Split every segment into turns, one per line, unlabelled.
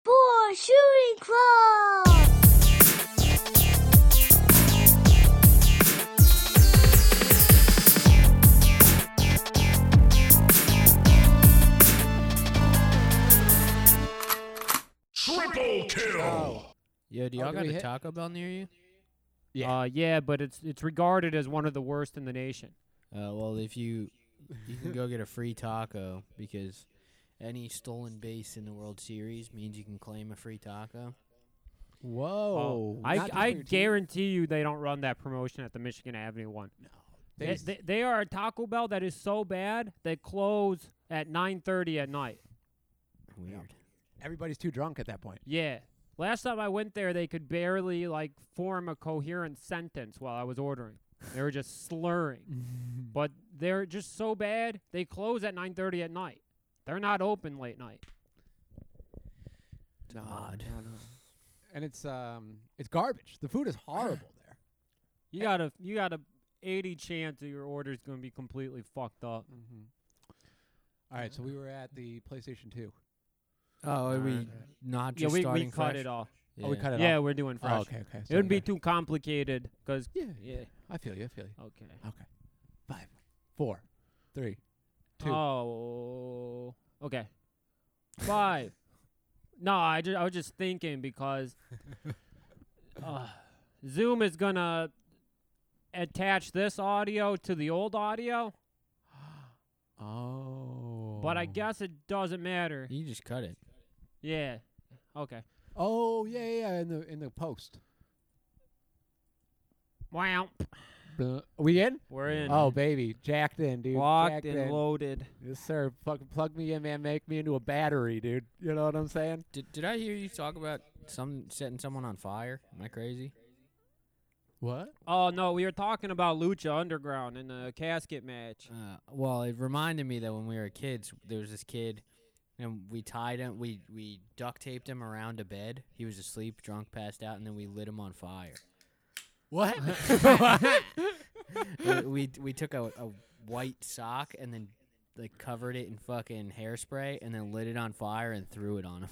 Star Shooting Club!
Triple kill.
Yo, do
Oh,
y'all
do
got
we
a
hit-
Taco Bell near you?
Yeah.
Uh, yeah, but it's it's regarded as one of the worst in the nation.
Uh, well, if you you can go get a free taco because any stolen base in the World Series means you can claim a free taco.
Whoa!
I,
Oh, not just
I
for your team.
guarantee you they don't run that promotion at the Michigan Avenue one. They, they, they are a Taco Bell that is so bad they close at 9:30 at night.
Weird.
Everybody's too drunk at that point.
Yeah. Last time I went there, they could barely like form a coherent sentence while I was ordering. They were just slurring. But they're just so bad. They close at 9:30 at night. They're not open late night.
No,
odd.
no, no. And it's um, it's garbage. The food is horrible there.
You
Eh.
got a you got a 80 chance that your order's going to be completely fucked up.
Mm-hmm. All right, so we were at the PlayStation Two.
Oh, are we
Alright.
not
Yeah,
just
we,
starting
we cut
fresh?
it off.
Yeah.
Oh, we cut it
yeah,
off.
we're doing fresh.
Oh, okay, okay.
It
so
would be
okay.
too complicated because
Yeah, yeah.
yeah.
I feel you. I feel you.
Okay.
Okay. Five, four, three, two.
Oh. Okay. Five. no, I just I was just thinking because uh, Zoom is gonna attach this audio to the old audio,
Oh.
but I guess it doesn't matter.
You just cut it.
Yeah. Okay.
Oh yeah, yeah. yeah, In the in the post.
Wow.
Blah. We in?
We're in.
Oh baby, jacked in, dude.
Locked
jacked
and
in.
loaded.
Yes, sir. Fucking plug me in, man. Make me into a battery, dude. You know what I'm saying?
Did, did I hear you talk about some setting someone on fire? Am I crazy?
What?
Oh no, we were talking about Lucha Underground in the casket match.
Uh, well, it reminded me that when we were kids, there was this kid, and we tied him, we we duct taped him around a bed. He was asleep, drunk, passed out, and then we lit him on fire.
What?
we, we we took a, a white sock and then like covered it in fucking hairspray and then lit it on fire and threw it on him.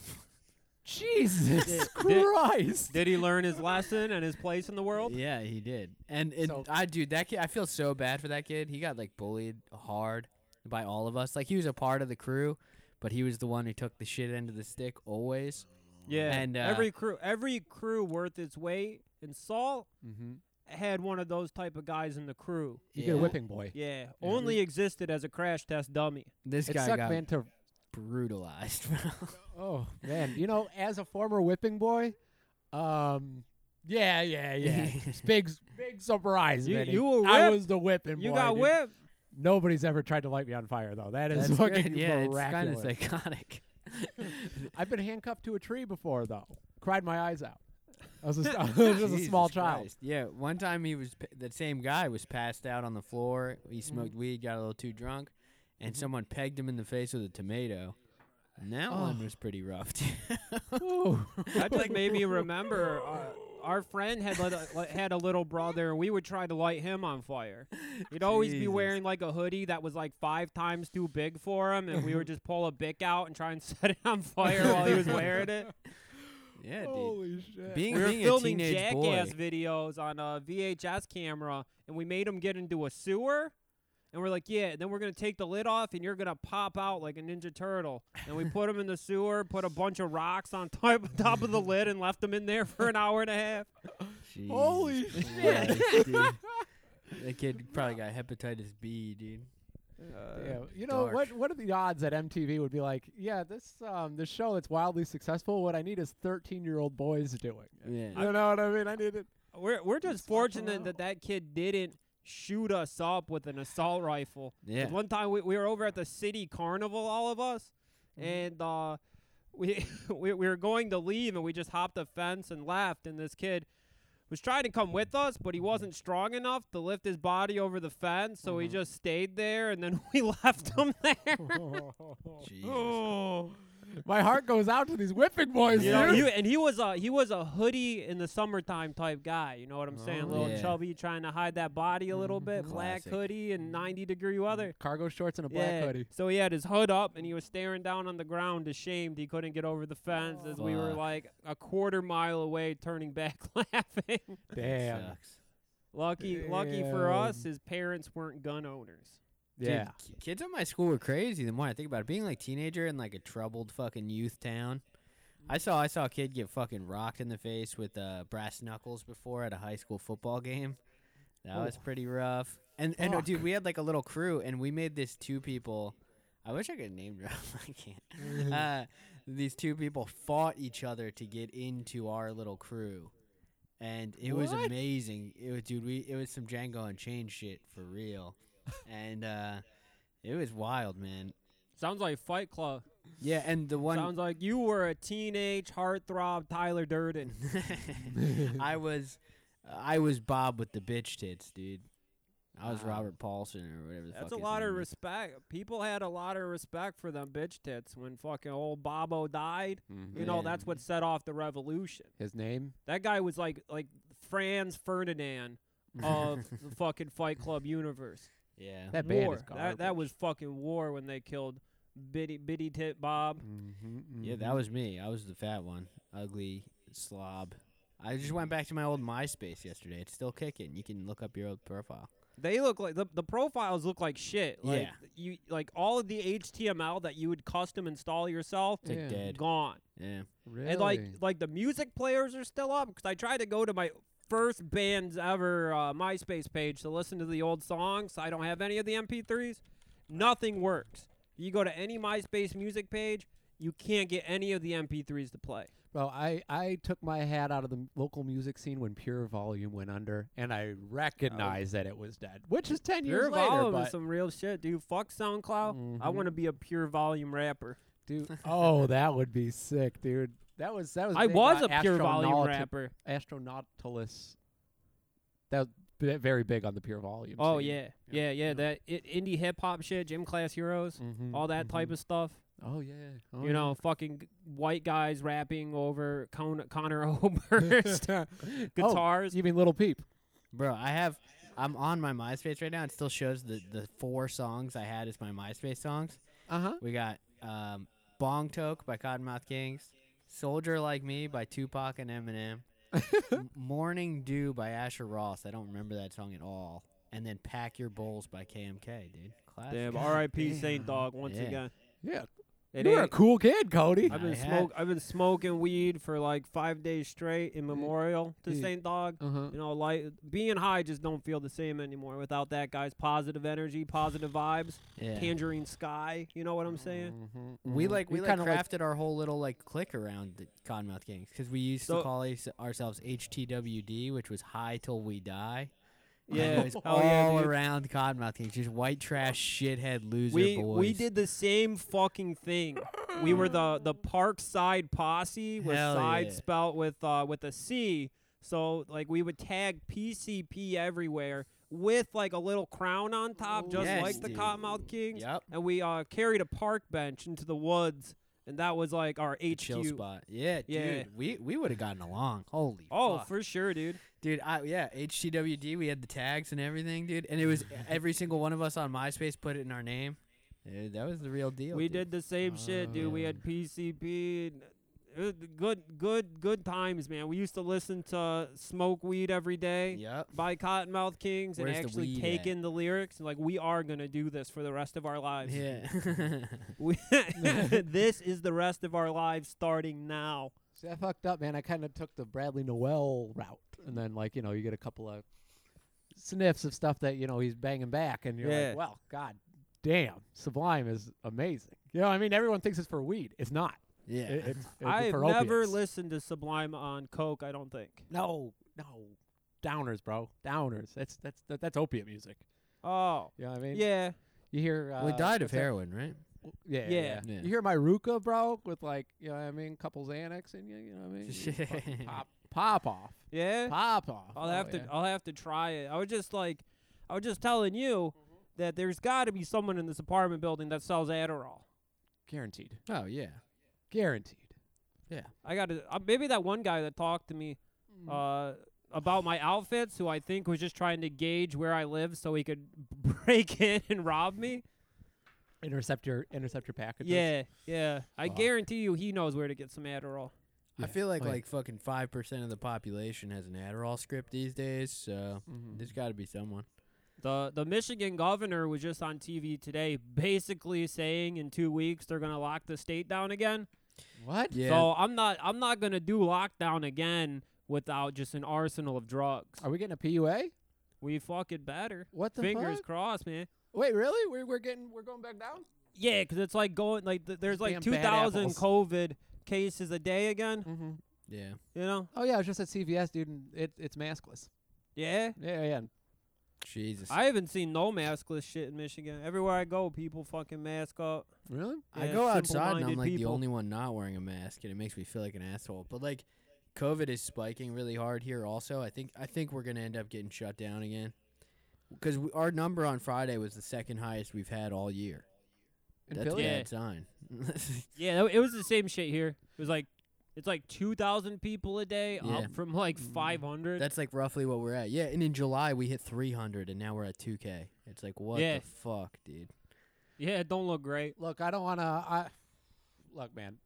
Jesus
Did- did-
Christ.
Did he learn his lesson and his place in the world?
yeah, he did. And and
So-
I dude, that kid, I feel so bad for that kid. He got like bullied hard by all of us. Like he was a part of the crew, but he was the one who took the shit end of the stick always.
Yeah.
And, uh,
every crew, every crew worth its weight in salt
Mm-hmm.
had one of those type of guys in the crew.
You get a
Yeah.
whipping boy.
Yeah, only existed as a crash test dummy.
This
It
guy
sucked,
got
man. To
brutalized. bro.
oh man, you know, as a former whipping boy, um, yeah, yeah, yeah. It's big, s- big surprise,
You-
Vinny.
you were
I
whipped.
was the whipping boy.
you got
dude.
whipped.
Nobody's ever tried to light me on fire though. That is
That's good.
fucking
yeah, it's kind of
miraculous.
psychotic.
I've been handcuffed to a tree before though. Cried my eyes out. I was, a, I was just a small
Jesus
child.
Christ. Yeah, one time he was p- that same guy was passed out on the floor. He
Mm-hmm.
smoked weed, got a little too drunk, and someone pegged him in the face with a tomato. And that
Oh.
one was pretty rough. too.
I just maybe remember our, our friend had lit a, li- had a little brother, and we would try to light him on fire. He'd always be
Jesus.
wearing like a hoodie that was like five times too big for him, and we would just pull a bic out and try and set it on fire while he was wearing it.
yeah, dude.
Holy shit.
Being,
we were
being
filming
a teenage boy.
jackass videos on a VHS camera, and we made him get into a sewer. And we're like, yeah. Then we're gonna take the lid off, and you're gonna pop out like a ninja turtle. And we put him in the sewer, put a bunch of rocks on top top of the lid, and left him in there for an hour and a half.
Jesus
Holy shit.
Christ, dude. That kid probably got hepatitis B, dude.
Uh,
Yeah, you know what?
dark.
What are the odds that MTV would be like? Yeah, this um this show that's wildly successful. What I need is thirteen year old boys doing. it."
Yeah.
You know what I mean? I need it.
We're we're just
It's not
fortunate that
allowed.
that kid didn't shoot us up with an assault rifle. 'Cause
Yeah.
One time we, we were over at the city carnival, all of us, and uh, we, we we were going to leave, and we just hopped a fence and left. And this kid was trying to come with us, but he wasn't strong enough to lift his body over the fence, so he
Oh,
just stayed there, and then we left him there.
Jesus.
My heart goes out to these whipping boys,
You know,
dude.
you- and he was a he was a hoodie in the summertime type guy. You know what I'm saying? A little
Oh, Yeah. Mm-hmm.
chubby, trying to hide that body a little bit. Black
Classic. Mm-hmm.
hoodie and 90 degree weather.
Cargo shorts and a black
yeah.
hoodie.
So he had his hood up and he was staring down on the ground, ashamed he couldn't get over the fence. As we were
Fuck.
like a quarter mile away, turning back laughing.
Damn.
Sucks.
lucky, lucky for us,
Damn.
his parents weren't gun owners.
Dude,
Yeah.
ki- kids at my school were crazy. The more I think about it, being like teenager in like a troubled fucking youth town. I saw I saw a kid get fucking rocked in the face with uh, brass knuckles before at a high school football game. That was pretty rough. And and uh, dude, we had like a little crew, and we made this two people. I wish I could name drop. I can't. uh, these two people fought each other to get into our little crew, and it was
What?
amazing. It was dude. We it was some Django Unchained shit for real, and uh, it was wild, man.
Sounds like Fight Club.
Yeah, and the one
Sounds like you were a teenage heartthrob Tyler Durden.
I was, I was Bob with the bitch tits, dude. I was Robert Paulson or whatever. The
Uh-huh. That's a
fuck his
lot of
name is.
respect. People had a lot of respect for them bitch tits when fucking old Bobo died. You know,
Yeah.
that's what set off the revolution.
Mm-hmm. His name?
That guy was like like Franz Ferdinand of the fucking Fight Club universe.
Yeah,
That band
war.
is
that, that was fucking war when they killed Bitty Bitty Tit Bob.
Mm-hmm,
yeah, that was me. I was the fat one, ugly slob. I just went back to my old MySpace yesterday. It's still kicking. You can look up your old profile.
They look like the, the profiles look like shit. Like
Yeah.
you like all of the HTML that you would custom install yourself
It's like
Yeah.
dead.
gone.
Yeah,
really.
And like like the music players are still up because I tried to go to my first band's ever uh, MySpace page to listen to the old songs. I don't have any of the MP3s. Nothing works. You go to any MySpace music page, you can't get any of the MP3s to play.
Bro, I, I took my hat out of the m- local music scene when Pure Volume went under, and I recognized that it was dead, which is 10
Pure
years later.
volume is
But
some real shit, dude. Fuck SoundCloud. I want to be a pure volume rapper.
dude, oh, that would be sick, dude. That was that was.
I
big uh,
was a
on
pure volume
astronauti-
rapper.
Astronautilus. That was b- very big on the Pure Volume.
Oh yeah, yeah, yeah. That it, indie hip hop shit, gym class heroes,
Mhm,
all that type of stuff.
Oh yeah. Oh,
you know, fucking g- white guys rapping over Con- Connor
Oh,
Oberst guitars.
Oh, you mean Little Peep?
bro. I have. I'm on my MySpace right now. It still shows the the four songs I had as my MySpace songs.
Uh huh.
We got um, Bong Toke by Cottonmouth Kings, Soldier Like Me by Tupac and Eminem, M- Morning Dew by Asher Ross. I don't remember that song at all. And then Pack Your Bowls by KMK, dude. Classic.
Damn, R.I.P. Saint Dog once
Yeah.
again.
Yeah.
It
you were a
ain't-
cool kid, Cody.
I've
I
been
had-
smoke. I've been smoking weed for like five days straight in memorial to
Yeah.
Saint Dog.
Uh-huh.
You know, like being high just don't feel the same anymore without that guy's positive energy, positive vibes,
Yeah.
tangerine sky. You know what I'm saying?
we
Mm-hmm.
like we
You
like
Mm-hmm, kinda like-
crafted our whole little like clique around the Cottonmouth Kings because we used
So-
to call us- ourselves HTWD, which was High Till We Die. And
Yeah.
it was
Oh,
all
yeah, dude.
around Cottonmouth Kings, just white trash shithead loser
we
boys.
we did the same fucking thing. We were the the Parkside Posse with
Hell
side
yeah.
spelt with uh with a C. So like we would tag PCP everywhere with like a little crown on top, just
Yes,
like the
dude.
Cottonmouth Kings.
Yep.
And we uh carried a park bench into the woods, and that was like our HQ.
chill spot. Yeah,
Yeah.
dude, we we would have gotten along. Holy,
Oh,
fuck.
for sure, dude.
dude, I yeah, HTWD. We had the tags and everything, dude, and it was e, every single one of us on MySpace put it in our name. Yeah, that was the real deal.
We
dude. Ah.
did the same shit, dude. We had PCP. and It was good, good, good times, man. We used to listen to smoke weed every day.
Yep.
By Cottonmouth Kings and
Where's the
actually
weed
take
at?
in the lyrics and like we are gonna do this for the rest of our lives.
Yeah.
We- this is the rest of our lives starting now.
See, I fucked up, man. I kind of took the Bradley Noel route, and then like you know, you get a couple of sniffs of stuff that you know he's banging back, and you're
Yeah.
like, well, god damn, Sublime is amazing. You know, I mean, everyone thinks it's for weed. It's not.
yeah.
It- it's, it's
I've
for
never
opiates.
listened to Sublime on Coke. I don't think.
No, no, downers, bro, downers. That's that's that, that's opiate music.
Oh,
You know what I mean?
yeah.
You hear? Uh,
we died of
what's that-
heroin, right?
Yeah,
Yeah.
yeah,
Yeah.
You hear my Ruka, bro, with like you know what I mean, couple Xanax, and you, you know what I mean. You fucking pop, pop off.
Yeah.
Pop off.
I'll
Oh,
have to
yeah.
I'll have to try it. I was just like I was just telling you that there's got to be someone in this apartment building that sells Adderall.
Guaranteed.
Oh yeah.
Guaranteed.
I got to uh, maybe that one guy that talked to me
Mm.
uh, about my outfits, who I think was just trying to gauge where I live so he could break in and rob me.
Intercept your intercept your packages.
Yeah, yeah. I
Fuck.
guarantee you, he knows where to get some Adderall.
I
Yeah.
feel like
Oh, yeah.
like fucking five percent of the population has an Adderall script these days, so
Hmm.
there's got to be someone.
The the Michigan governor was just on TV today, basically saying in two weeks they're gonna lock the state down again.
What?
Yeah.
So I'm not I'm not gonna do lockdown again without just an arsenal of drugs.
Are we getting a PUA?
We fucking better.
What the
Fingers
fuck?
crossed, man.
Wait, really? We're we're getting we're going back down?
Yeah, 'cause it's like going like th- there's like
Damn bad
2,000
apples.
COVID cases a day again.
Mm-hmm.
yeah.
You know?
Oh yeah, I was just at CVS, dude. And it it's maskless.
Yeah.
Yeah, yeah.
Jesus.
I haven't seen no maskless shit in Michigan. Everywhere I go, people fucking mask up.
Really?
I
Yeah,
go outside and I'm
simple-minded
like the
people.
only one not wearing a mask, and it makes me feel like an asshole. But like, COVID is spiking really hard here. Also, I think I think we're gonna end up getting shut down again because our number on Friday was the second highest we've had all year.
In
That's a
Philly?
Yeah.
bad sign.
Yeah, it was the same shit here. It was like it's like 2,000 people a day
Yeah.
up from like
Mm,
500.
That's like roughly what we're at. Yeah, and in July we hit 300, and now we're at 2K. It's like what
Yeah.
the fuck, dude.
yeah, it don't look great.
Look, I don't want to. I look, man.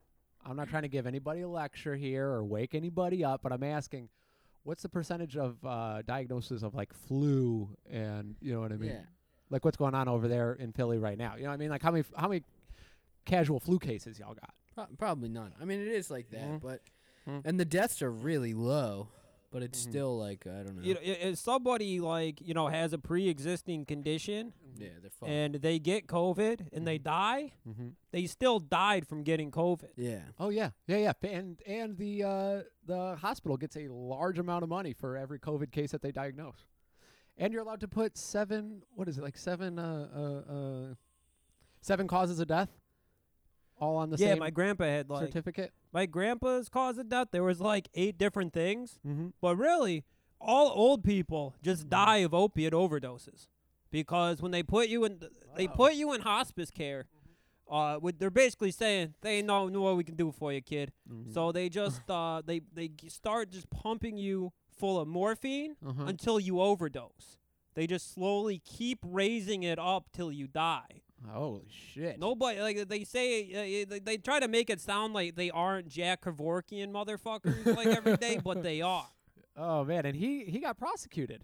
I'm not trying to give anybody a lecture here or wake anybody up, but I'm asking, what's the percentage of uh, diagnosis of like flu and you know what I mean?
Yeah.
Like what's going on over there in Philly right now? You know what I mean? Like how many how many casual flu cases y'all got?
Pro- probably none. I mean, it is like that,
Mhm.
but
Mhm.
and the deaths are really low, but it's
Mhm.
still like I don't know.
You know, i- if somebody like you know has a pre-existing condition
yeah, they're fucked.
and they get COVID and they die,
Mm-hmm.
they still died from getting COVID.
yeah.
Oh yeah, yeah, yeah. Fa- And and the uh, the hospital gets a large amount of money for every COVID case that they diagnose, and you're allowed to put seven. What is it like seven? Uh, uh, uh, seven causes of death, all on the
yeah,
same
my grandpa had like
certificate.
my grandpa's cause of death. There was like eight different things,
Mm-hmm.
but really, all old people just die of opiate overdoses because when they put you in, they put you in hospice care. Uh, with, they're basically saying they ain't know, know what we can do for you, kid.
Mm-hmm.
So they just uh, they they g- start just pumping you full of morphine
Uh-huh.
until you overdose. They just slowly keep raising it up till you die.
Holy shit!
Nobody like they say uh, they, they try to make it sound like they aren't Jack Kevorkian motherfuckers like every day, but they are.
Oh man, and he he got prosecuted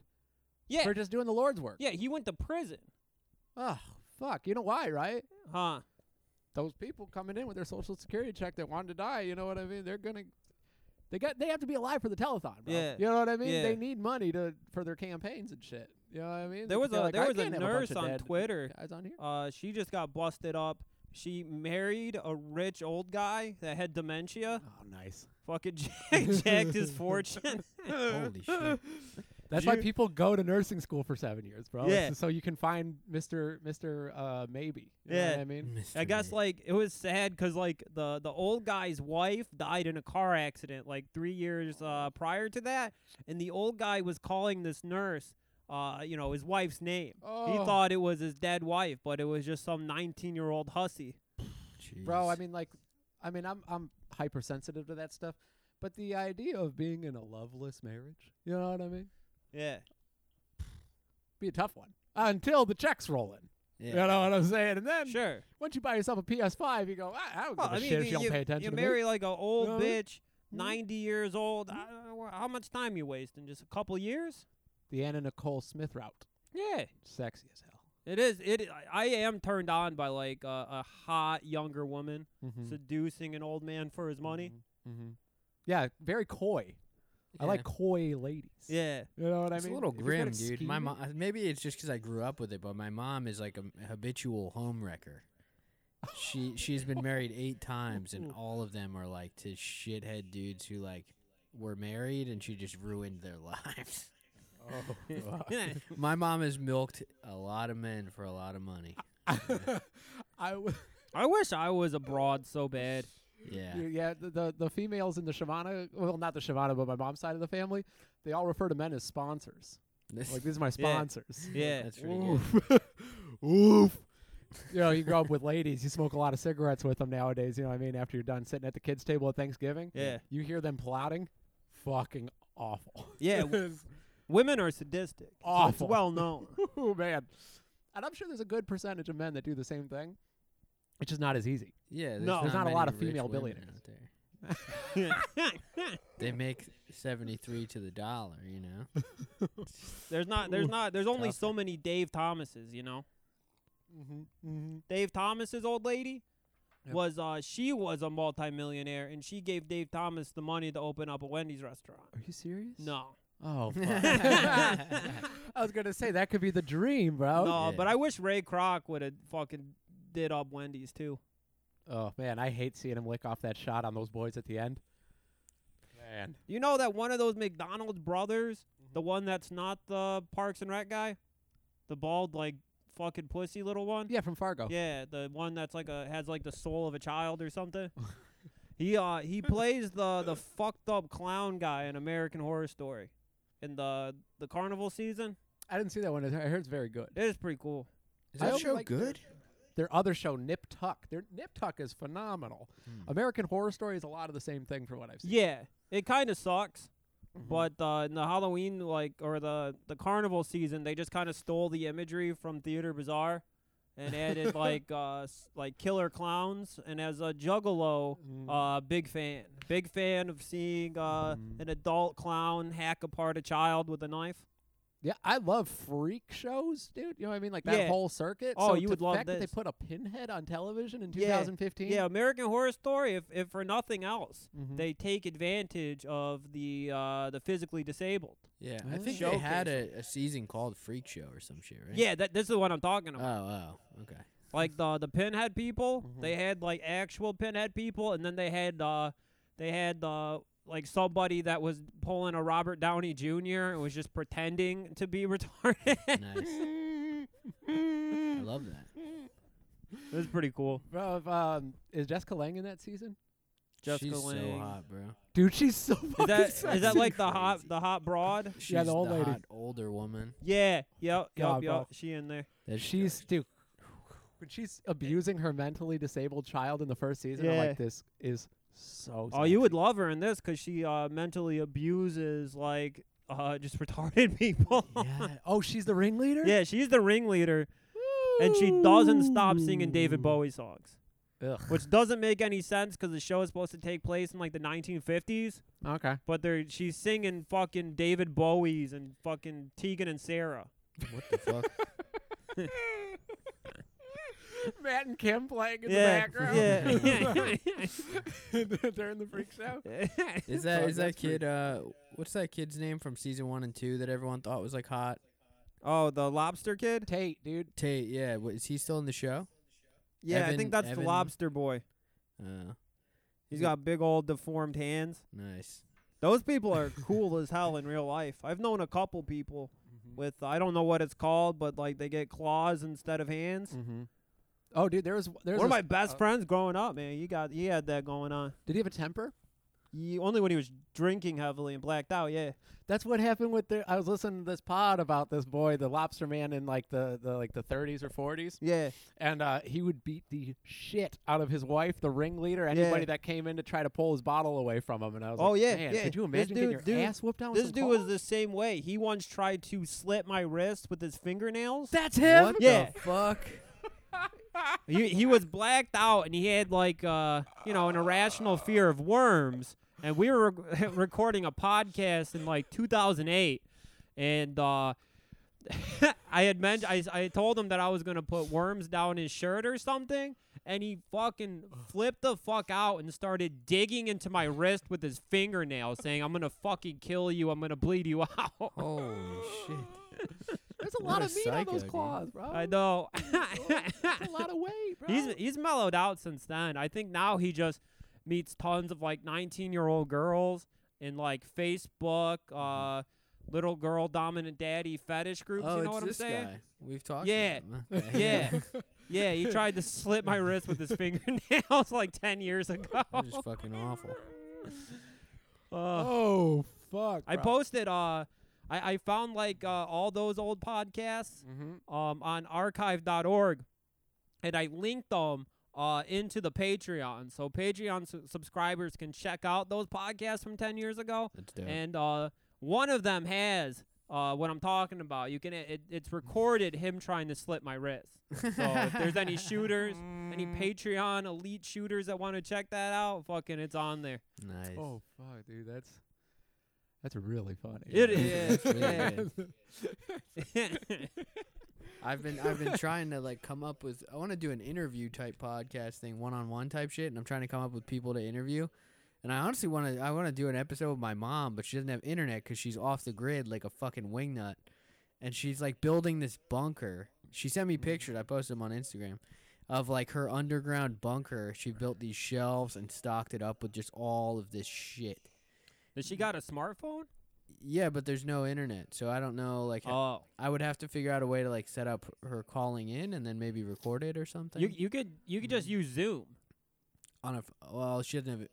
Yeah,
for just doing the Lord's work.
yeah. He went to prison,
Oh fuck, you know why, right?
huh?
Those people coming in with their social security check that wanted to die. You know what I mean? They're gonna. They got. They have to be alive for the telethon, bro.
Yeah.
You know what I mean?
Yeah.
They need money to for their campaigns and shit. You know what I mean?
There was
They're
a-
like,
there
"I
was a
can't have bunch
nurse
of
on
dead
Twitter.
Guys on here.
Uh, she just got busted up. She married a rich old guy that had dementia.
Oh, nice.
Fucking jack- jacked his fortune.
Holy shit.
That's why
You-
people go to nursing school for seven years, bro.
Yeah.
It's so you can find Mister Mister uh, Maybe. You Know what
Yeah.
I mean,
I
Mr.
guess
Nick.
like it was sad because like the the old guy's wife died in a car accident like three years uh, prior to that, and the old guy was calling this nurse, uh, you know, his wife's name. He
Oh.
thought it was his dead wife, but it was just some 19 year old hussy.
bro. I
Jeez.
mean, like, I mean, I'm I'm hypersensitive to that stuff, but the idea of being in a loveless marriage, you know what I mean?
Yeah,
Be a tough one until the checks roll in.
yeah.
You know what I'm saying? And then
sure.
once you buy yourself a PS5, you go, I, I don't
Well,
give a
I mean,
shit
you,
if you don't
you-
pay
you
attention. to me."
marry like a old
know what I mean? Hmm?
bitch, 90 years old. I don't know, how much time you wasting? Just a couple years?
the Anna Nicole Smith route.
Yeah.
Sexy as hell.
It is. It. I- I am turned on by like a, a hot younger woman
Mm-hmm. Hmm.
seducing an old man for his money.
Yeah, very coy. I like coy ladies.
Yeah.
You know what I
It's
mean?
a little
If you're
grim,
gonna
dude. My
scheme-
mom. Maybe it's just 'cause I grew up with it, but my mom is like a m- habitual home wrecker. She she's been married eight times, and all of them are like to shithead dudes who like were married, and she just ruined their lives. Oh, my mom has milked a lot of men for a lot of money.
I w-
I wish I was abroad so bad.
yeah,
Yeah,
the, the the females in the Shivana, well, not the Shivana, but my mom's side of the family, they all refer to men as sponsors. Like these are my
Yeah.
sponsors.
Yeah.
that's pretty good.
Oof. you know, you grow up with ladies, you smoke a lot of cigarettes with them nowadays. You know what I mean? After you're done sitting at the kids' table at Thanksgiving,
Yeah.
you hear them plotting, fucking awful.
Yeah, w- women are sadistic. It's-
Awful.
It's well known.
oh man, and I'm sure there's a good percentage of men that do the same thing. It's just not as easy.
Yeah, there's
No.
not,
There's
not a lot
many
of
rich
female
women
billionaires.
out there.
Mm-hmm,
They make seventy three to the dollar, you know.
there's not. There's not. There's only
tough
so many Dave Thomases. You know,
Mm-hmm, mm-hmm.
Dave Thomas's old lady
Yep.
was. uh She was a multimillionaire, and she gave Dave Thomas the money to open up a Wendy's restaurant.
Are you serious?
No,
Oh. fuck. I was gonna say that could be the dream, bro.
no.
yeah.
But I wish Ray Kroc would have fucking did up Wendy's too.
Oh man, I hate seeing him lick off that shot on those boys at the end. Man.
You know that one of those McDonald's brothers, the one that's not the Parks and Rec guy, the bald like fucking pussy little one.
Yeah, from Fargo.
Yeah, the one that's like a has like the soul of a child or something. he uh he plays the the fucked up clown guy in American Horror Story, in the the carnival season.
I didn't see that one. I heard it's very good.
It is pretty cool.
Is
I
that
only
show
like the-
good?
Their other show, Nip Tuck. Their Nip Tuck is phenomenal. American Horror Story is a lot of the same thing from what I've seen.
Hmm. Yeah, it kind of sucks. But uh, in the Halloween, like, or the the carnival season, they just kind of stole the imagery from Theater Bazaar, and added like uh, s- like killer clowns. And as a juggalo, uh, big fan, big fan of seeing uh, an adult clown hack apart a child with a knife.
Yeah, I love freak shows, dude. You know what I mean? Like that
Yeah.
whole circuit.
Oh,
so
you
to
would
the
love
fact that they
this.
put a pinhead on television in
Yeah.
2015.
Yeah, American Horror Story. If, if for nothing else,
Mhm.
they take advantage of the uh, the physically disabled.
Yeah, I
Oh.
think they had a, a season called Freak Show or some shit, right?
Yeah, that this is what I'm talking about.
Oh, oh, okay.
like the the pinhead people they had like actual pinhead people and then they had uh they had uh like somebody that was pulling a Robert Downey Jr. and was just pretending to be retarded.
Nice. I love that.
It was pretty cool.
Bro, if, um, is Jessica Lange in that season?
Jessica
She's so
Lange.
hot, bro.
Dude, she's so
Is
fucking
that is
sexy.
that like the
Crazy.
hot the hot broad?
She's
Yeah, the old lady.
hot older woman.
Yeah. Yep.
God,
Yep.
bro.
Yep. She in there.
That
She's dude. When she's abusing her mentally disabled child in the first season, I'm
Yeah.
like, this is so.
Oh, you would
sexy.
love her in this because she uh, mentally abuses like uh, just retarded people.
yeah. Oh, she's the ringleader.
yeah, she's the ringleader, and she doesn't stop singing David
Ooh.
Bowie songs.
Ugh.
which doesn't make any sense because the show is supposed to take place in like the 1950s,
Okay.
but they're she's singing fucking David Bowie's and fucking Tegan and Sarah.
what the fuck?
Matt and Kim playing in
yeah,
the background.
yeah.
Yeah. They're in the freak show.
Is that
Fuck, that's
is that
pretty-
kid? Uh, what's that kid's name from season one and two that everyone thought was like hot?
oh, the Lobster Kid.
Tate, dude.
Tate. Yeah, wa- is he still in the show?
Yeah, I
Evan-
think that's
Evan-
the Lobster Boy.
Oh,
He's
Yeah.
got big old deformed hands.
nice.
Those people are cool as hell in real life. I've known a couple people
Mm-hmm.
with I don't know what it's called, but like they get claws instead of hands.
Mm-hmm. Oh, dude, there was there's.
One of my
uh,
best friends growing up, man. You got he had that going on.
Did he have a temper?
Ye only when he was drinking heavily and blacked out. Yeah.
That's what happened with the. I was listening to this pod about this boy, the lobster man, in like the, the like the 30s or 40s.
Yeah.
and uh, he would beat the shit out of his wife, the ringleader, anybody
Yeah.
that came in to try to pull his bottle away from him. And I was
Oh
like,
yeah.
man,
yeah.
could you
This
imagine getting
dude-
your
dude-
ass whooped down? with
This
some
dude
cola?
was the same way. He once tried to slit my wrist with his fingernails.
That's him.
What
Yeah.
the fuck?
he he was blacked out and he had like uh you know an irrational fear of worms. And we were rec- recording a podcast in like 2008, and uh, I had mentioned I, s- I told him that I was gonna put worms down his shirt or something, and he fucking flipped the fuck out and started digging into my wrist with his fingernail, saying, "I'm gonna fucking kill you. I'm gonna bleed you out."
Holy shit!
There's a
What
lot
a
of meat on
psycho,
those
dude.
claws, bro.
I know.
That's a lot of weight, bro.
he's he's mellowed out since then. I think now he just meets tons of like 19 year old girls in like Facebook, uh, little girl dominant daddy fetish groups.
Oh,
you know
it's
what
this
I'm saying?
guy. We've talked.
Yeah.
About him. Okay.
Yeah. Yeah, he tried to slit my wrist with his fingernails like 10 years ago.
That is fucking awful.
Uh,
oh fuck.
I
bro.
posted uh I, I
Mm-hmm.
found like uh, all those old podcasts
Mhm.
um on archive.org and I linked them uh, into the Patreon, so Patreon su- subscribers can check out those podcasts from ten years ago.
Let's do it.
And uh, one of them has uh, what I'm talking about. You can it, it's recorded him trying to slit my wrist. So if there's any shooters, any Patreon elite shooters that want to check that out, fucking it's on there.
nice.
Oh fuck, dude, that's that's really funny.
It is.
really
yeah.
good. I've been I've been trying to like come up with I want to do an interview type podcast thing, one on one type shit, and I'm trying to come up with people to interview. And I honestly want to I want to do an episode with my mom, but she doesn't have internet because she's off the grid like a fucking wingnut, and she's like building this bunker. She sent me pictures. I posted them on Instagram. Of like her underground bunker, she built these shelves and stocked it up with just all of this shit.
Does she got a smartphone?
Yeah, but there's no internet, so I don't know like
Oh,
I would have to figure out a way to like set up her calling in and then maybe record it or something.
you you could you could just use Zoom.
on a f- well, she doesn't have it.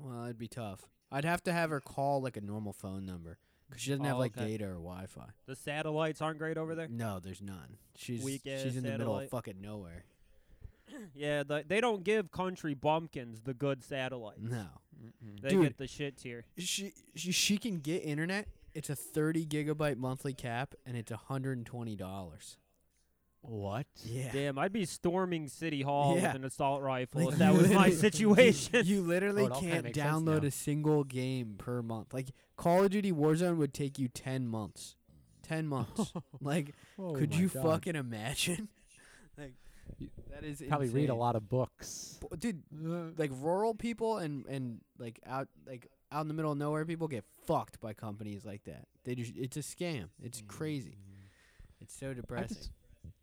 Well, it'd be tough. I'd have to have her call like a normal phone number because she doesn't have
Oh,
like
okay.
data or Wi-Fi.
The satellites aren't great over there.
No, there's none. She's
Weak ass
she's in the middle of
satellite.
fucking nowhere.
Yeah, the, they don't give country bumpkins the good satellites.
No,
They
Dude.
get the shit tier.
she she she can get internet. It's a thirty gigabyte monthly cap and it's hundred and twenty dollars.
What?
Yeah.
Damn, I'd be storming City Hall
Yeah.
with an assault rifle
Like,
if that was my
literally-
situation.
You
Oh,
literally
it all kinda
can't
makes sense
download
now.
a single game per month. Like Call of Duty Warzone would take you ten months. Ten months. like,
Oh
could you fucking imagine? like,
You
that is
probably read a
insane.
lot of books?
B- dude. Like rural people and and like out like out in the middle of nowhere people get fucked by companies like that. They just it's a scam.
Mm-hmm.
It's crazy. It's so
I
depressing.
just-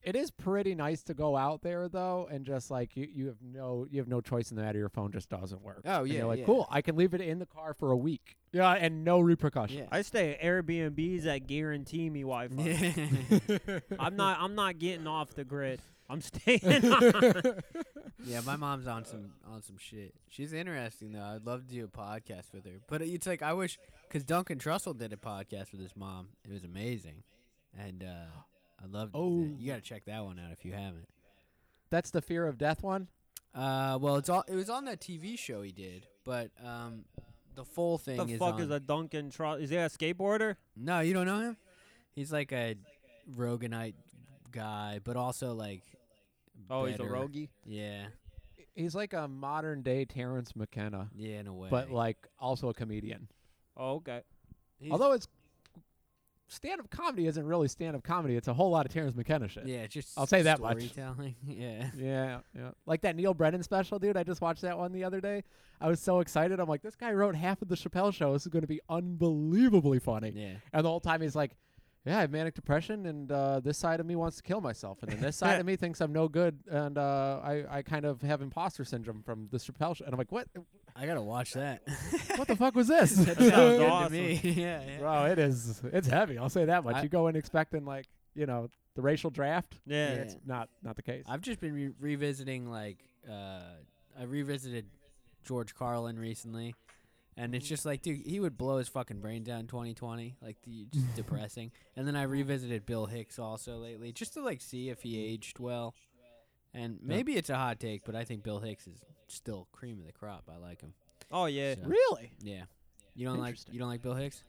it is pretty nice to go out there though, and just like you, you have no you have no choice in the matter. Your phone just doesn't work.
Oh,
And
yeah,
you're like
yeah.
cool. I can leave it in the car for a week. Yeah, and no repercussions.
yeah.
I stay at Airbnbs that guarantee me Wi-Fi. I'm not. I'm not getting off the grid. I'm staying. on.
Yeah, my mom's on some on some shit. She's interesting though. I'd love to do a podcast with her. But it's like I wish because Duncan Trussell did a podcast with his mom. It was amazing, and uh, I loved.
Oh.
it. you got to check that one out if you haven't.
That's the fear of death one.
Uh, well, it's all it was on that TV show he did, but um, the full thing
the
is
fuck
on-
is a Duncan Truss? Is he a skateboarder?
no, you don't know him. He's like a Roganite guy, but also like
Oh, he's a
better.
rogie.
yeah,
He's like a modern day Terrence McKenna,
yeah, in a way.
but like also a comedian.
Oh, okay.
He's-
Although it's stand up comedy isn't really stand up comedy. It's a whole lot of Terrence McKenna shit.
yeah, just
I'll say that much.
Storytelling, yeah.
Yeah, yeah. Like that Neil Brennan special, dude. I just watched that one the other day. I was so excited. I'm like, this guy wrote half of the Chappelle show. This is going to be unbelievably funny.
Yeah.
And the whole time he's like, yeah, I have manic depression, and uh, this side of me wants to kill myself, and then this side of me thinks I'm no good, and uh, I I kind of have imposter syndrome from the Chappelle show. And I'm like, what?
I gotta watch that.
What the fuck was this?
sounds
Sounds
awesome.
good to me. yeah, yeah.
Bro, it is. It's heavy. I'll say that much.
I-
you go in expecting like you know the racial draft.
Yeah.
Yeah.
It's not not the case.
I've just been re- revisiting like uh, I revisited George Carlin recently, and it's just like, dude, he would blow his fucking brains out in 2020. Like, the, just depressing. And then I revisited Bill Hicks also lately, just to like see if he aged well. And maybe it's a hot take, but I think Bill Hicks is still cream of the crop. I like him.
Oh yeah.
So,
really?
yeah. You don't like
Interesting.
you don't like Bill Hicks?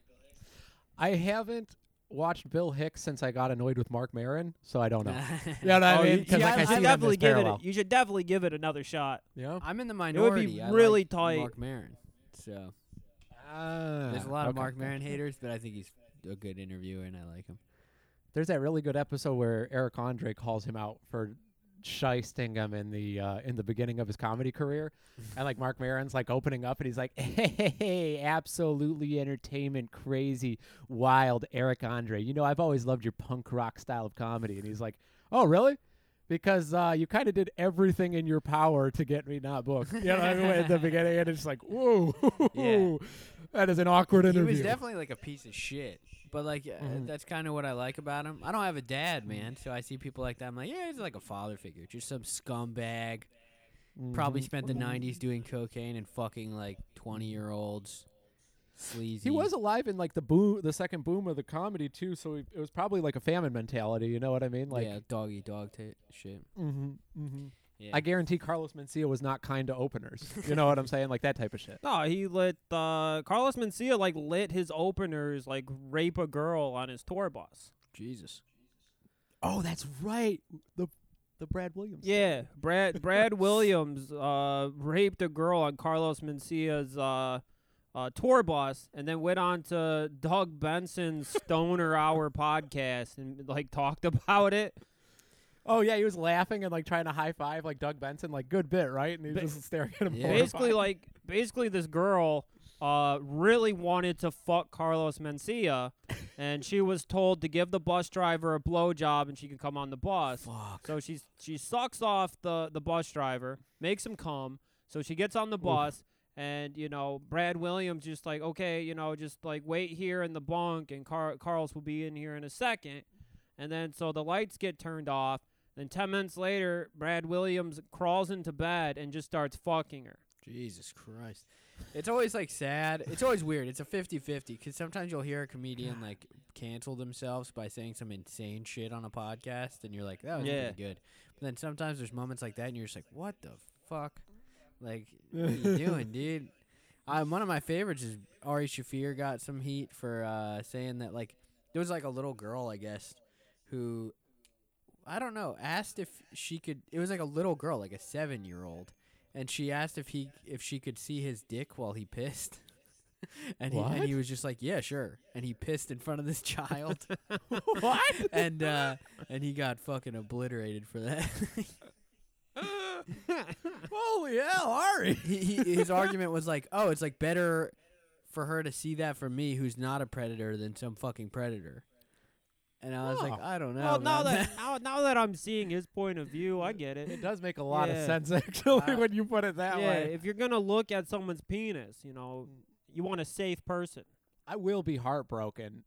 I haven't watched Bill Hicks since I got annoyed with Mark Maron, so I don't know. you know what
Oh,
I
you-
mean? 'Cause,
yeah,
like, I
you
see them
definitely
as
give it.
parallel.
You should definitely give it another shot.
You know?
I'm in the
would
minority.
be
I
really
like
tight.
Mark Maron. So
Ah,
There's a lot of
okay.
Mark Maron haters, but I think he's a good interviewer and I like him.
There's that really good episode where Eric Andre calls him out for shysting him in the uh, in the beginning of his comedy career, and like Mark Maron's like opening up and he's like, "Hey, absolutely entertainment, crazy, wild, Eric Andre. You know, I've always loved your punk rock style of comedy." And he's like, "Oh, really?" Because uh, you kind of did everything in your power to get me not booked. You know, what I mean? at the beginning, and it's like, whoa,
Yeah.
that is an awkward
He
interview.
was definitely like a piece of shit, but like uh, that's kind of what I like about him. I don't have a dad, man, so I see people like that. I'm like, yeah, he's like a father figure, just some scumbag.
Mm-hmm.
Probably spent the '90s doing cocaine and fucking like 20 year olds. sleazy.
He was alive in like the boom, the second boom of the comedy too. So he, it was probably like a famine mentality. You know what I mean? Like,
yeah, doggy dog ta shit.
hmm hmm
Yeah.
I guarantee Carlos Mencia was not kind to openers. you know what I'm saying? Like that type of shit.
No, he let uh, Carlos Mencia like lit his openers like rape a girl on his tour bus.
Jesus.
Oh, that's right. The the Brad Williams.
Yeah, Brad Brad Williams uh, raped a girl on Carlos Mencia's uh, uh, tour bus, and then went on to Doug Benson's Stoner Hour podcast and like talked about it.
Oh yeah, he was laughing and like trying to high five like Doug Benson, like good bit, right? And he was just staring at him.
Yeah.
horrified.
basically like basically this girl uh really wanted to fuck Carlos Mencia and she was told to give the bus driver a blowjob and she could come on the bus.
Fuck.
So she's she sucks off the the bus driver, makes him come. So she gets on the bus and you know Brad Williams just like okay, you know, just like wait here in the bunk and Car- Carlos will be in here in a second. And then so the lights get turned off. Then 10 minutes later, Brad Williams crawls into bed and just starts fucking her.
Jesus Christ. It's always like sad. It's always weird. It's a 50-50 because sometimes you'll hear a comedian like cancel themselves by saying some insane shit on a podcast, and you're like, "That was
Yeah.
pretty good." But then sometimes there's moments like that, and you're just like, "What the fuck? Like, what are you doing, dude?" I, one of my favorites is Ari Shafir got some heat for uh, saying that like there was like a little girl, I guess, who I don't know, asked if she could. It was like a little girl, like a seven year old, and she asked if he if she could see his dick while he pissed. And he, and
What?
he was just like, yeah, sure. And he pissed in front of this child. what? And uh, and he got fucking obliterated for that.
holy hell, Ari.
he, he, his argument was like, oh, it's like better for her to see that from me, who's not a predator, than some fucking predator. And I was like,
Oh.
I don't know.
Well, now
man."
that now, now that I'm seeing his point of view, I get it.
It does make a lot
Yeah.
of sense actually
Uh,
when you put it that
yeah,
way.
if you're gonna look at someone's penis, you know, you want a safe person.
I will be heartbroken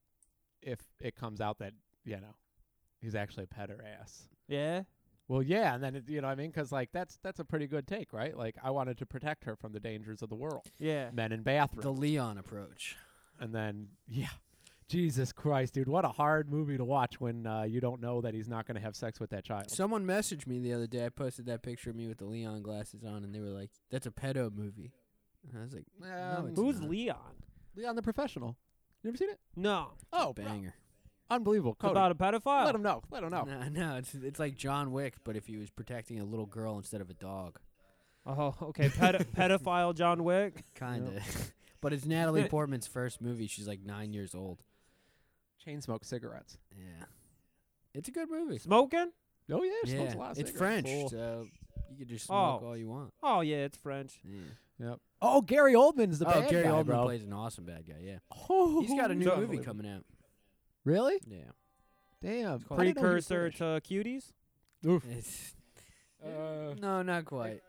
if it comes out that you know he's actually a petter ass.
Yeah.
Well, yeah, and then it, you know what I mean, because like that's that's a pretty good take, right? Like I wanted to protect her from the dangers of the world,
Yeah.
men in
the
bathrooms,
Leon approach.
and then yeah, Jesus Christ, dude, what a hard movie to watch when uh, you don't know that he's not going to have sex with that child.
Someone messaged me the other day. I posted that picture of me with the Leon glasses on, and they were like, "That's a pedo movie." And I was like,
Um,
it's
Who's
not.
Leon?
Leon the Professional, you ever seen it?
No.
Oh, bro.
"Banger!"
unbelievable!
It's
Cody,
about a pedophile.
let him know. Let him know.
no, no, it's it's like John Wick, but if he was protecting a little girl instead of a dog,
Oh, okay. Pedo- pedophile John Wick.
kind of. but it's Natalie Portman's first movie. She's like nine years old.
Chain smoke cigarettes.
Yeah, it's a good movie.
Smoking?
Oh yeah, she
yeah,
smokes a lot of
it's
cigarettes.
French,
Cool.
so you can just smoke
Oh.
all you want.
Oh yeah, it's French.
Yeah.
Yep. Oh, Gary Oldman's the
oh,
bad
Gary
guy,
Oldman
bro.
plays an awesome bad guy. Yeah,
Oh,
he's got a new
So-
movie coming out.
Really?
Yeah,
Damn.
It's called-
I didn't know he was
Precursor to cuties.
Oof.
it's
Uh,
no, not quite.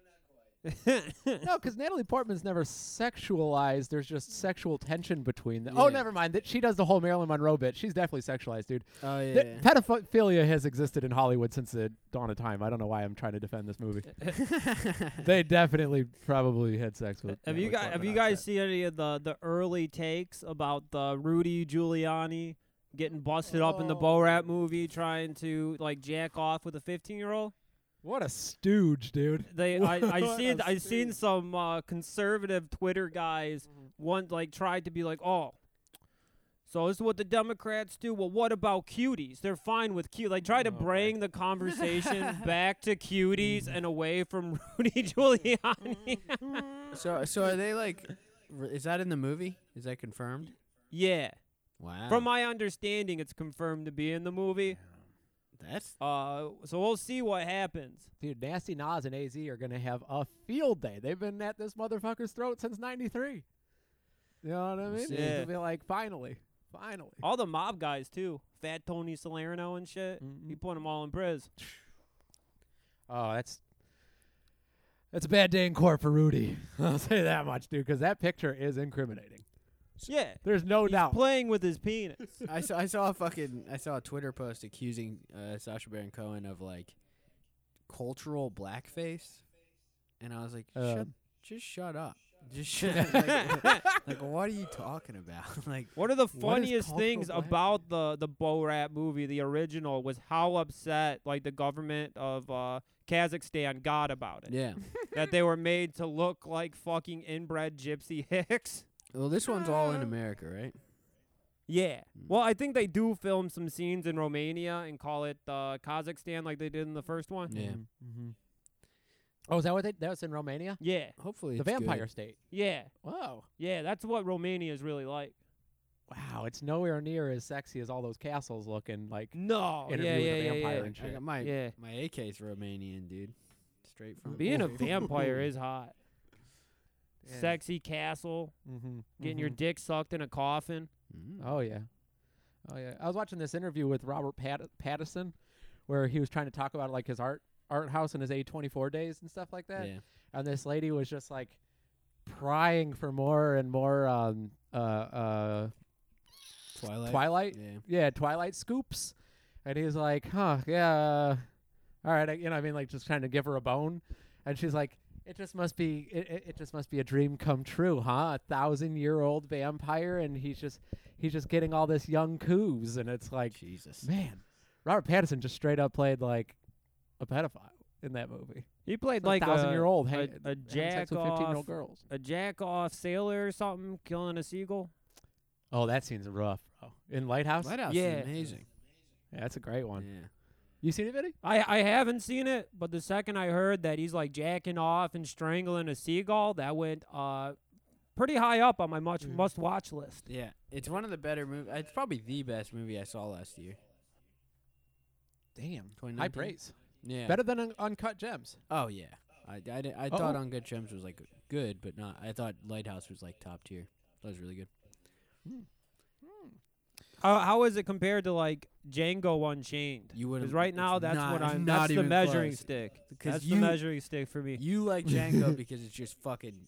No, because Natalie Portman's never sexualized. There's just sexual tension between them. Oh,
Yeah.
never mind. That she does the whole Marilyn Monroe bit. She's definitely sexualized, dude.
Oh yeah.
Th- pedophilia has existed in Hollywood since the dawn of time. I don't know why I'm trying to defend this movie. they definitely probably had sex with.
have
Natalie
you guys have
Portman
you
on
guys
set.
seen any of the the early takes about the Rudy Giuliani getting busted up in the
Oh.
Bo Rat movie trying to like jack off with a 15 year old?
What a stooge, dude.
They, I, I
What
seen,
a
I seen
stooge.
some uh, conservative Twitter guys
Mm-hmm.
one like tried to be like, oh, so this is what the Democrats do. Well, what about cuties? They're fine with cute. Like try to
Oh, my Mm-hmm.
bring the conversation back to cuties and away from Rudy Giuliani.
So, so are they like? r- Is that in the movie? Is that confirmed?
yeah,
Wow.
from my understanding, it's confirmed to be in the movie.
that's
Uh, so we'll see what happens.
Dude, Nasty Nas and AZ are gonna have a field day. They've been at this motherfucker's throat since '93. You know what I mean?
see.
It's gonna
Yeah.
be like, finally, finally.
All the mob guys too, Fat Tony Salerno and shit. He
Mhm.
put them all in prison.
Oh, that's that's a bad day in court for Rudy. I'll say that much, dude, because that picture is incriminating.
Yeah.
There's no
He's
doubt.
playing with his penis.
I saw. I saw a fucking. I saw a Twitter post accusing uh, Sasha Baron Cohen of like cultural blackface, and I was like,
Uh,
shut, just shut up. Just shit. like, like, what are you talking about? like,
One of the
is
funniest things
cultural
about the the Borat movie, the original, was how upset like the government of uh, Kazakhstan got about it.
yeah.
That they were made to look like fucking inbred gypsy hicks.
Well, this one's all in America, right?
Yeah. Mm. Well, I think they do film some scenes in Romania and call it uh, Kazakhstan, like they did in the first one.
Yeah. Mm-hmm.
Oh, is that what they? That was in Romania.
Yeah.
Hopefully,
the
it's good.
vampire state.
Yeah.
Whoa.
Yeah. That's what Romania is really like.
Wow, it's nowhere near as sexy as all those castles looking like.
No.
Interview
yeah.
with a
yeah. yeah,
vampire
yeah.
and
I
shit.
got my
Yeah.
my AK's Romanian, dude. Straight from
Being a vampire is hot. Sexy castle,
Mm-hmm.
getting your dick sucked in a coffin.
Mm.
Oh yeah, oh yeah. I was watching this interview with Robert Pat- Pattinson, where he was trying to talk about like his art art house and his A twenty four days and stuff like that.
Yeah.
And this lady was just like prying for more and more um uh uh
Twilight.
Twilight.
Yeah.
yeah, Twilight scoops, and he's like, huh, yeah, uh, all right, I, you know, I mean, like just trying to give her a bone, and she's like, it just must be, it, it, it just must be a dream come true, huh? A thousand year old vampire, and he's just, he's just getting all this young coos, and it's like,
Jesus.
man, Robert Pattinson just straight up played like a pedophile in that movie,
He played
It's like
like
a thousand year old,
a,
hang-
a
having sex
jack
with fifteen year
off,
old girls.
a jack off sailor or something, killing a seagull.
Oh, that scene's rough, bro. In Lighthouse,
Lighthouse
Yeah.
is amazing.
yeah, that's a great one.
Yeah.
You seen it, Vinny?
I I haven't seen it, but the second I heard that he's like jacking off and strangling a seagull, that went uh pretty high up on my much must watch list.
Mm. Yeah. It's one of the better movies. It's probably the best movie I saw last year.
Damn, high
2019?
praise.
Yeah.
Better than un- Uncut Gems.
Oh yeah. I I, di- I thought
Uh-oh.
On Good Gems was like good, but not. I thought Lighthouse was like top tier. That was really good.
How how is it compared to like Django Unchained?
You wouldn't-
'Cause right
it's
now that's
not-
what
it's
I'm.
not
That's the
even
measuring
close.
stick.
'Cause
That's
you-
the measuring stick for me.
You like Django because it's just fucking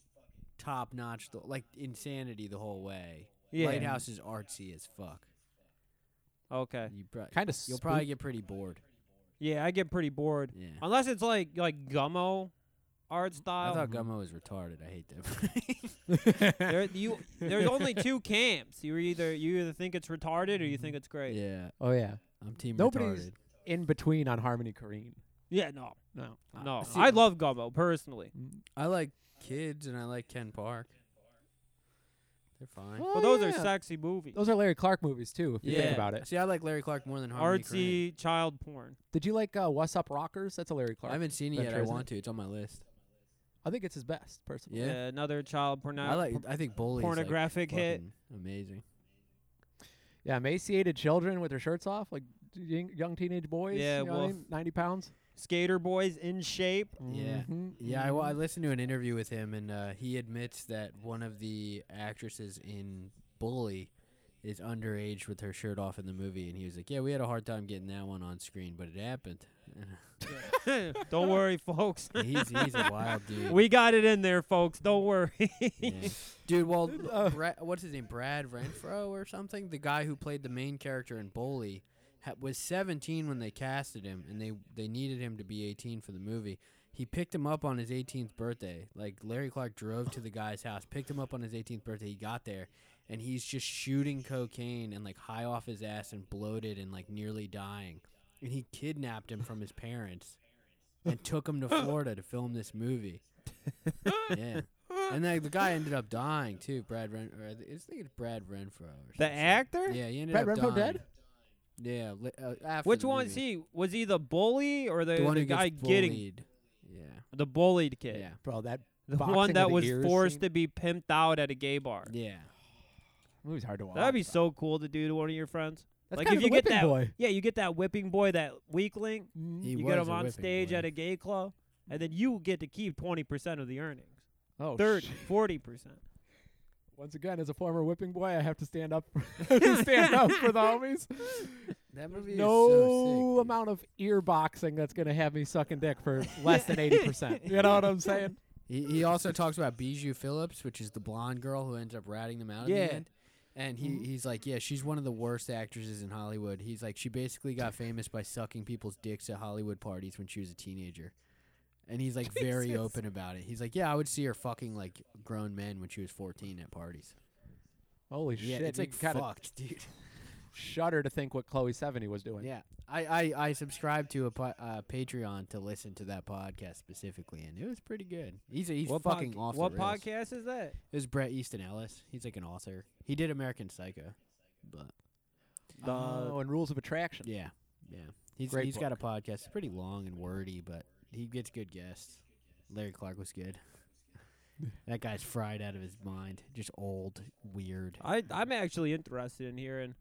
top notch, the like insanity the whole way.
Yeah.
Lighthouse is artsy as fuck.
Okay.
You pro-
Kind of.
you'll probably get pretty bored.
Yeah, I get pretty bored
Yeah.
unless it's like like Gummo art
I
style.
thought Gummo was retarded. I hate that.
there, you, there's only two camps. You either you either think it's retarded or you think it's great. Yeah,
Mm-hmm. yeah,
Oh yeah.
I'm team
Nobody's
retarded.
in between on Harmony Korine.
no,
No.
no.
see-
I love Gummo personally.
I like kids and I like Ken Park. They're fine.
But those are sexy movies.
Oh, Those are Larry Clark movies too, if you
Yeah.
think about it.
See, I like Larry Clark more than Harmony Korine.
Artsy child porn.
Did you like uh, What's Up Rockers? That's a Larry
I
Clark.
haven't seen it yet.
Venture,
I
isn't
want to. It's on my list.
I think it's his best, personally.
Yeah,
Yeah.
another child porn.
I like. I think bullies.
pornographic
like,
hit.
fucking Amazing.
Yeah, emaciated children with their shirts off, like young, young teenage boys.
Yeah,
you know what I
wolf.
mean? ninety pounds.
Skater boys in shape.
Yeah.
Mhm,
Yeah, I, wa- I
mhm.
listened to an interview with him, and uh, he admits that one of the actresses in Bully is underage with her shirt off in the movie, and he was like, "Yeah, we had a hard time getting that one on screen, but it happened."
Don't worry, folks.
he's he's a wild dude.
We got it in there, folks. Don't worry.
Yeah. Dude, well, Bra- what's his name? Brad Renfro or something? The guy who played the main character in Bully ha- was 17 when they casted him, and they they needed him to be 18 for the movie. He picked him up on his 18th birthday. Like Larry Clark drove to the guy's house, picked him up on his 18th birthday. He got there, and he's just shooting cocaine and like high off his ass and bloated and like nearly dying. And he kidnapped him from his parents and took him to Florida to film this movie. yeah. And like the guy ended up dying too, Brad Ren. Or I, thi- I think it's Brad Renfro. Or
the
some shit.
actor?
Yeah, he ended
Brad
up
Renfro
dying.
dead?
Yeah. li- Uh, after
Which
the
one
movie.
is he? Was he the bully or the,
The one
the
who
guy
gets
getting
bullied. Yeah.
the bullied kid?
Yeah.
Bro, that
The
boxing
one
of
that
the
was
ears
forced
scene.
to be pimped out at a gay bar.
Yeah.
movie's hard to watch.
That'd be so cool to do to one of your friends.
That's
like
kind
if
of
you
the
get
whipping
that,
boy.
yeah, you get that whipping boy, that weakling.
Mhm.
He
you get
was
him
a
on
whipping
stage
boy.
at a gay club, and then you get to keep twenty percent of the earnings,
Oh,
thirty,
shit.
forty percent.
Once again, as a former whipping boy, I have to stand up, stand up for the homies.
That movie
no
is so sick.
amount of ear boxing that's gonna have me sucking dick for less than eighty percent. You know what I'm saying?
He, he also talks about Bijou Phillips, which is the blonde girl who ends up ratting them out
Yeah.
in the end. And he, he's like, yeah, she's one of the worst actresses in Hollywood. He's like, she basically got famous by sucking people's dicks at Hollywood parties when she was a teenager. And he's like very
Jesus.
open about it. He's like, yeah, I would see her fucking like grown men when she was 14 at parties.
Holy
Yeah,
shit!
it's like
kind of
fucked, dude.
shudder to think what Chloe Sevigny was doing.
Yeah, I I, I subscribed to a po- uh, Patreon to listen to that podcast specifically, and it was pretty good. He's a, he's
what
fucking
podca-
off.
What
the rails.
podcast is that?
It was Brett Easton Ellis. He's like an author. He did American Psycho, but
Uh,
Oh, and Rules of Attraction.
yeah, yeah. He's
Great
he's got a podcast. It's pretty long and wordy, but he gets good guests. Larry Clark was good. that guy's fried out of his mind. Just old, weird.
I I'm actually interested in hearing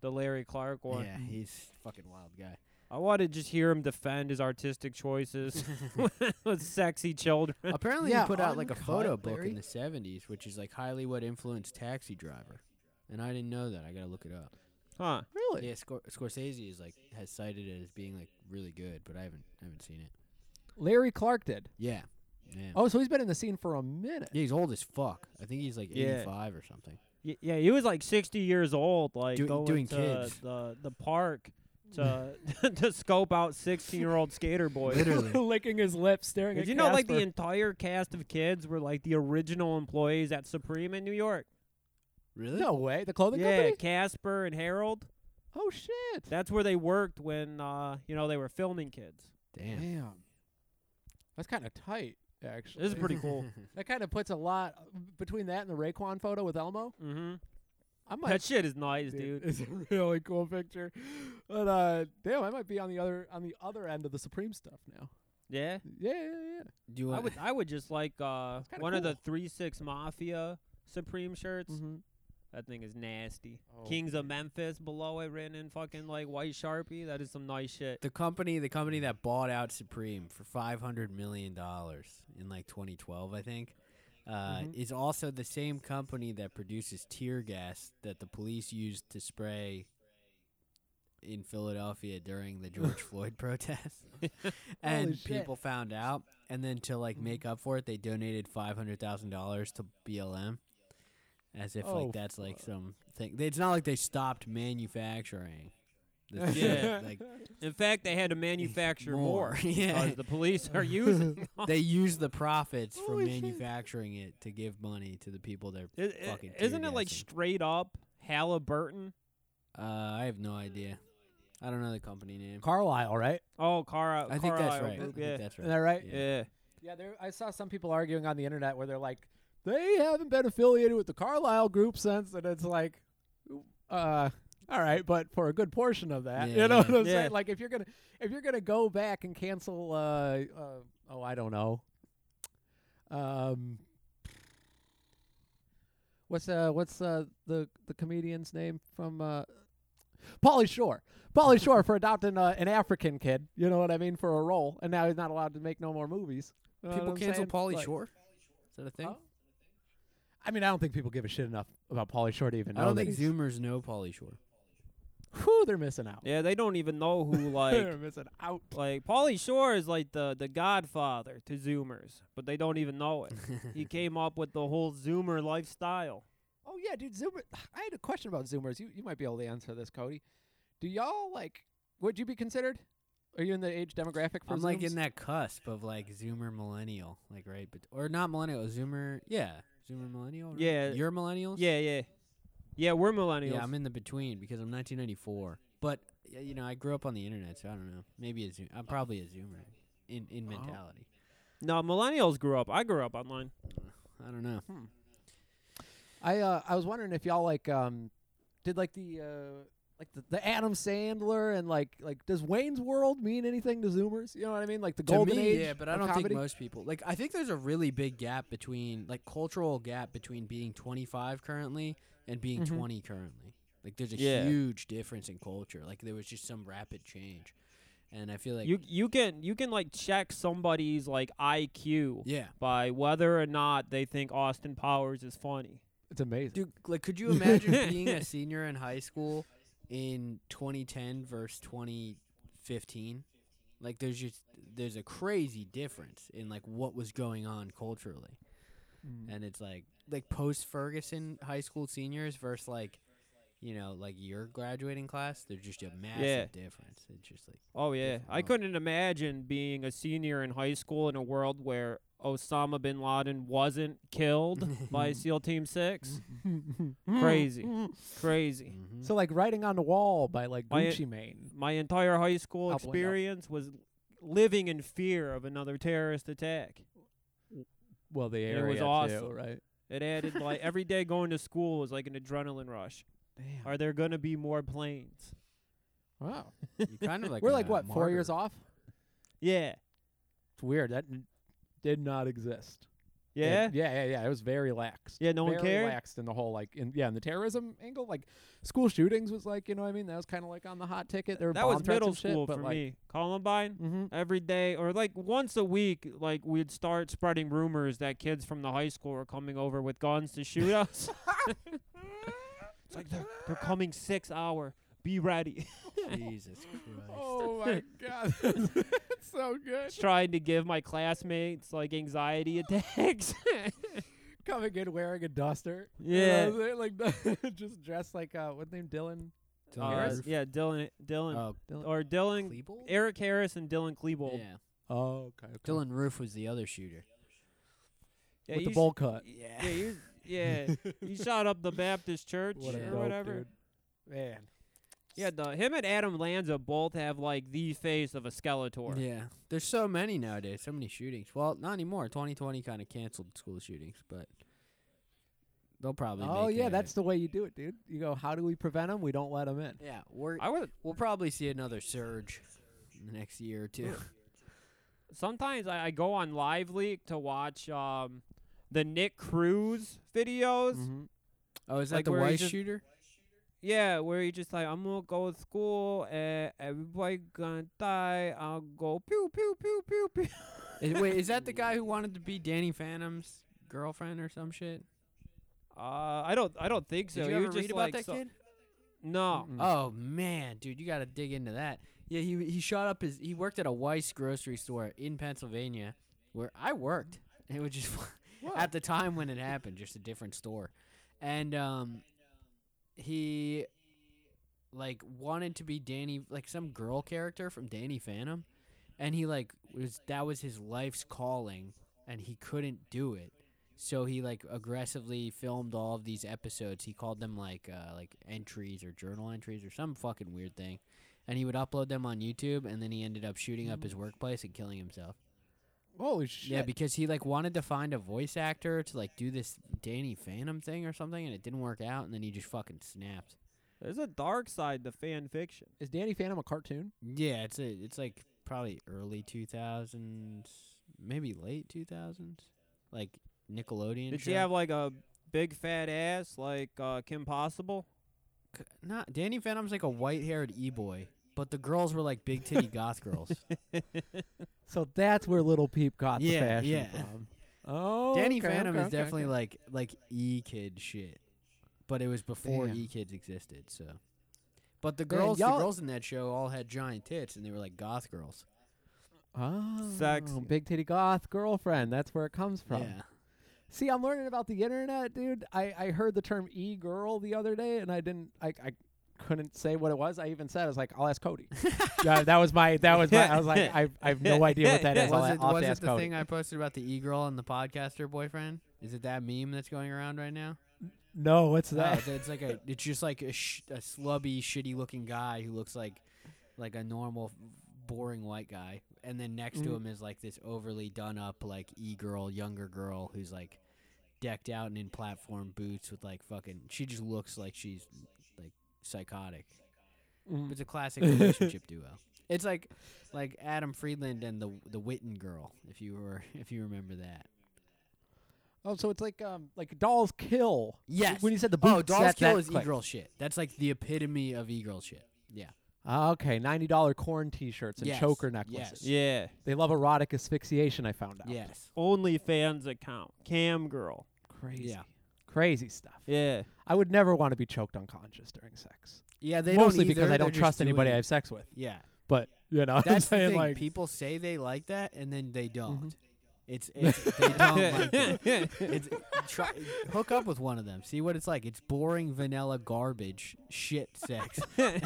the Larry Clark one.
Yeah, he's fucking wild guy.
I want to just hear him defend his artistic choices with sexy children.
Apparently,
Yeah,
he put out like a
uncut,
photo book
Larry.
in the '70s, which is like highly what influenced Taxi Driver, and I didn't know that. I gotta look it up.
Huh?
Really?
Yeah, Scor- Scorsese is like has cited it as being like really good, but I haven't I haven't seen it.
Larry Clark did.
Yeah, yeah.
Oh, so he's been in the scene for a minute.
Yeah, he's old as fuck. I think he's like
Yeah.
85 or something.
Y- yeah, he was like 60 years old, like
Do-
going
doing
to
kids.
the the park to to scope out 16 year old skater boys.
licking his lips, staring
Did you know like the entire cast of kids were like the original employees at Supreme in New York?
really?
no way the clothing
yeah,
company?
Casper and Harold.
Oh shit!
That's where they worked when uh, you know they were filming kids.
Damn.
Damn, that's kind of tight. Actually,
This is pretty cool.
That kind of puts a lot between that and the Raekwon photo with Elmo.
hmm
I might
That shit is nice, dude.
It's a really cool picture. But uh, damn, I might be on the other on the other end of the Supreme stuff now.
Yeah,
Yeah, yeah, yeah.
Do you
I
want,
would. I would just like uh,
That's kinda
one of the
cool. Mm-hmm.
three six mafia Supreme shirts. That thing is nasty.
Oh,
Kings of Memphis below it, written in fucking like white sharpie. That is some nice shit.
the company the company that bought out Supreme for 500 million dollars in like 2012, I think. Uh,
Mhm.
Is also the same company that produces tear gas that the police used to spray in Philadelphia during the George Floyd protests, and
shit. Mm-hmm.
people found out. And then to like make up for it, they donated five hundred thousand dollars to BLM, as if
Oh,
like that's like some thing. It's not like they stopped manufacturing. the shit,
Yeah.
like
In fact, they had to manufacture more.
More, yeah.
Because the police are using. them.
they use the profits from
Holy shit.
manufacturing it to give money to the people they're
It- it-
fucking.
isn't it like
tear gassing.
straight up Halliburton?
uh, I have no idea. I don't know the company name.
Carlisle, right?
Oh, Cara.
I think that's
Carlisle
right. I
Group,
think
Yeah.
that's
Is that
right.
right?
Yeah.
Yeah.
Yeah, there. I saw some people arguing on the internet where they're like, they haven't been affiliated with the Carlisle group since, and it's like, uh, all right, but for a good portion of that,
Yeah.
you know what I'm
Yeah.
saying? Like, if you're gonna if you're gonna go back and cancel, uh, uh oh, I don't know, um, what's uh what's uh the the comedian's name from uh. Pauly Shore, Pauly Shore for adopting uh, an African kid, you know what I mean, for a role, and now he's not allowed to make no more movies. You know what
People
I'm
cancel
saying?
Pauly
Like-
Shore. Is that a thing?
Huh? I mean, I don't think people give a shit enough about Pauly Shore to even know.
I don't
that
think
he's-
Zoomers know Pauly Shore.
Whew, they're missing out.
Yeah, they don't even know who like
they're missing out.
like Pauly Shore is like the the godfather to Zoomers, but they don't even know it. he came up with the whole Zoomer lifestyle.
Oh yeah, dude, Zoomer. I had a question about Zoomers. You you might be able to answer this, Cody. Do y'all like? Would you be considered? Are you in the age demographic for
I'm like in
Zooms?
that cusp of like Zoomer millennial, like right, but or not millennial, Zoomer, yeah, Zoomer millennial. right?
Yeah.
you're millennials.
Yeah, yeah, yeah. We're millennials.
yeah, I'm in the between because I'm 1994, but y- you know I grew up on the internet, so I don't know. Maybe a Zoom. I'm probably a Zoomer in in mentality.
no, millennials grew up. I grew up online.
I don't know.
I uh, I was wondering if y'all like um did like the uh like the, the Adam Sandler and like like does Wayne's World mean anything to Zoomers? You know what I mean? Like the golden
to me,
age.
yeah, but I
of
don't
comedy?
think most people like. I think there's a really big gap between like cultural gap between being 25 currently and being 20 currently. Like there's a
Yeah.
huge difference in culture. Like there was just some rapid change, and I feel like
you you can you can like check somebody's like IQ
yeah,
by whether or not they think Austin Powers is funny.
it's amazing.
dude. Like, could you imagine being a senior in high school in 2010 versus 2015? Like there's just there's a crazy difference in like what was going on culturally.
Mm.
and it's like like post Ferguson high school seniors versus like you know, like your graduating class, there's just a massive
Yeah.
difference. It's just like
Oh yeah,
Different
I
world.
couldn't imagine being a senior in high school in a world where Osama bin Laden wasn't killed by SEAL Team Six. crazy, crazy.
mhm.
So like writing on the wall by like
I-
Gucci Mane.
My entire high school
Up window.
experience was living in fear of another terrorist attack.
Well, the
It
area
was
too,
awesome.
right?
It added like every day going to school was like an adrenaline rush.
Damn.
Are there gonna be more planes?
Wow.
You're kind of like
We're like
a
what four years
martyr.
off?
Yeah,
It's weird. That n- did not exist. It-
yeah,
yeah, yeah, yeah. It was very laxed.
Yeah, no one
very
cared?
Laxed in the whole like, in, yeah, in the terrorism angle, like school shootings was like, you know, what I mean, that was kind of like on the hot ticket. There were
that
bomb
was
threats
middle
and shit,
school
but,
for
like,
me. Columbine.
Mm-hmm.
every day or like once a week like we'd start spreading rumors that kids from the high school were coming over with guns to shoot us it's like they're, they're coming six hour be ready
Jesus Christ.
Oh my god, it's so good.
trying to give my classmates like anxiety attacks
Coming in wearing a duster. You
Yeah.
know what I'm saying? like just dressed like uh, what's his name, Dylan?
Dylan
uh,
Harris?
yeah dylan dylan
Oh,
Dylan.
or dylan
Klebold?
eric harris and dylan klebold
Yeah.
Oh, okay. okay.
Dylan Roof was the other shooter.
with
Yeah,
the
you sh-
bowl cut.
yeah he was- yeah he shot up the baptist church
What a
or
dope,
whatever
dude. Man.
Yeah, the, him and Adam Lanza both have like the face of a Skeletor.
Yeah. There's so many nowadays, so many shootings. Well, not anymore. 2020 kind of canceled school shootings, but they'll probably
Oh
make
yeah,
a-
that's the way you do it, dude. You go, how do we prevent them? We don't let them in.
Yeah, we're
I would
we'll probably see another surge in the next year or two.
sometimes I, I go on Live Leak to watch um the Nick Cruz videos.
Mm-hmm,
Oh, is that
Like
the
where he's
white
just-
shooter?
Yeah, where he just like I'm gonna go to school and everybody gonna die. I'll go pew pew pew pew pew.
Is, wait, is that the guy who wanted to be Danny Phantom's girlfriend or some shit?
Uh, I don't I don't think so.
Did you
he
ever
was just
read about
like,
that
so-
kid?
No.
Mm-mm.
Oh man, dude, you got to dig into that. Yeah, he he shot up his. He worked at a Weiss grocery store in Pennsylvania, where I worked. It was just at the time when it happened, just a different store, and um, he like wanted to be Danny, like some girl character from Danny Phantom, and he like was that was his life's calling, and he couldn't do it. So he like aggressively filmed all of these episodes. He called them like uh, like entries or journal entries or some fucking weird thing, and he would upload them on YouTube. And then he ended up shooting up his workplace and killing himself.
Holy shit.
Yeah, because he like wanted to find a voice actor to like do this Danny Phantom thing or something, and it didn't work out. And then he just fucking snapped.
There's a dark side to fan fiction.
Is Danny Phantom a cartoon?
Yeah, it's a it's like probably early two thousands, maybe late two thousands, like Nickelodeon.
Did
show.
she have like a big fat ass like uh, Kim Possible?
C- Not Danny Phantom's like a white-haired e-boy, but the girls were like big titty goth girls.
Oh, So that's where Little Peep got
Yeah,
the fashion
yeah.
from. Oh,
Danny
okay,
Phantom
okay,
is
okay,
definitely
okay.
like like e-kid shit, but it was before
Damn.
e-kids existed. So, but the
Man,
girls, the
y'all-
girls in that show all had giant tits, and they were like goth girls.
oh,
Sexy.
big titty goth girlfriend. That's where it comes from.
Yeah,
See, I'm learning about the internet, dude. I, I heard the term e girl the other day, and I didn't I, I couldn't say what it was. I even said I was like, I'll ask Cody. yeah, that was my that was my. I was like, I I have no idea what that is. I'll,
was it,
I'll have
was
to
it
ask
the
Cody.
thing I posted about the e-girl and the podcaster boyfriend? Is it that meme that's going around right now?
no, what's
No,
that?
it's- it's like a, it's just like a, sh- a slubby, shitty-looking guy who looks like, like a normal, boring white guy, and then next to
Mhm.
him is like this overly done-up, like e-girl, younger girl who's like, decked out and in platform boots with like fucking. She just looks like she's like psychotic.
Mm.
It's a classic relationship duo. It's like, like Adam Friedland and the the Witten girl, if you were if you remember that.
oh, so it's like um like dolls kill.
Yes.
When you said the boots,
Oh, Dolls
that,
Kill
that
is
clicked.
e-girl shit. That's like the epitome of e-girl shit. Yeah.
Ah, Okay, ninety dollar corn T-shirts and
Yes,
choker
yes.
necklaces.
Yeah.
They love erotic asphyxiation. I found out.
Yes.
OnlyFans account. Cam girl.
crazy,
Yeah.
crazy stuff.
Yeah.
I would never want to be choked unconscious during sex.
Yeah, they
Mostly
don't
because
either,
I
they're
don't
just
trust anybody I
doing
have
it.
sex with.
Yeah,
But you know, I'm
that's the
saying
thing.
like Mm-hmm.
People say they like that, and then they don't. It's, it's they don't like it. It's, try, hook up with one of them. See what it's like. It's boring vanilla garbage shit sex, and,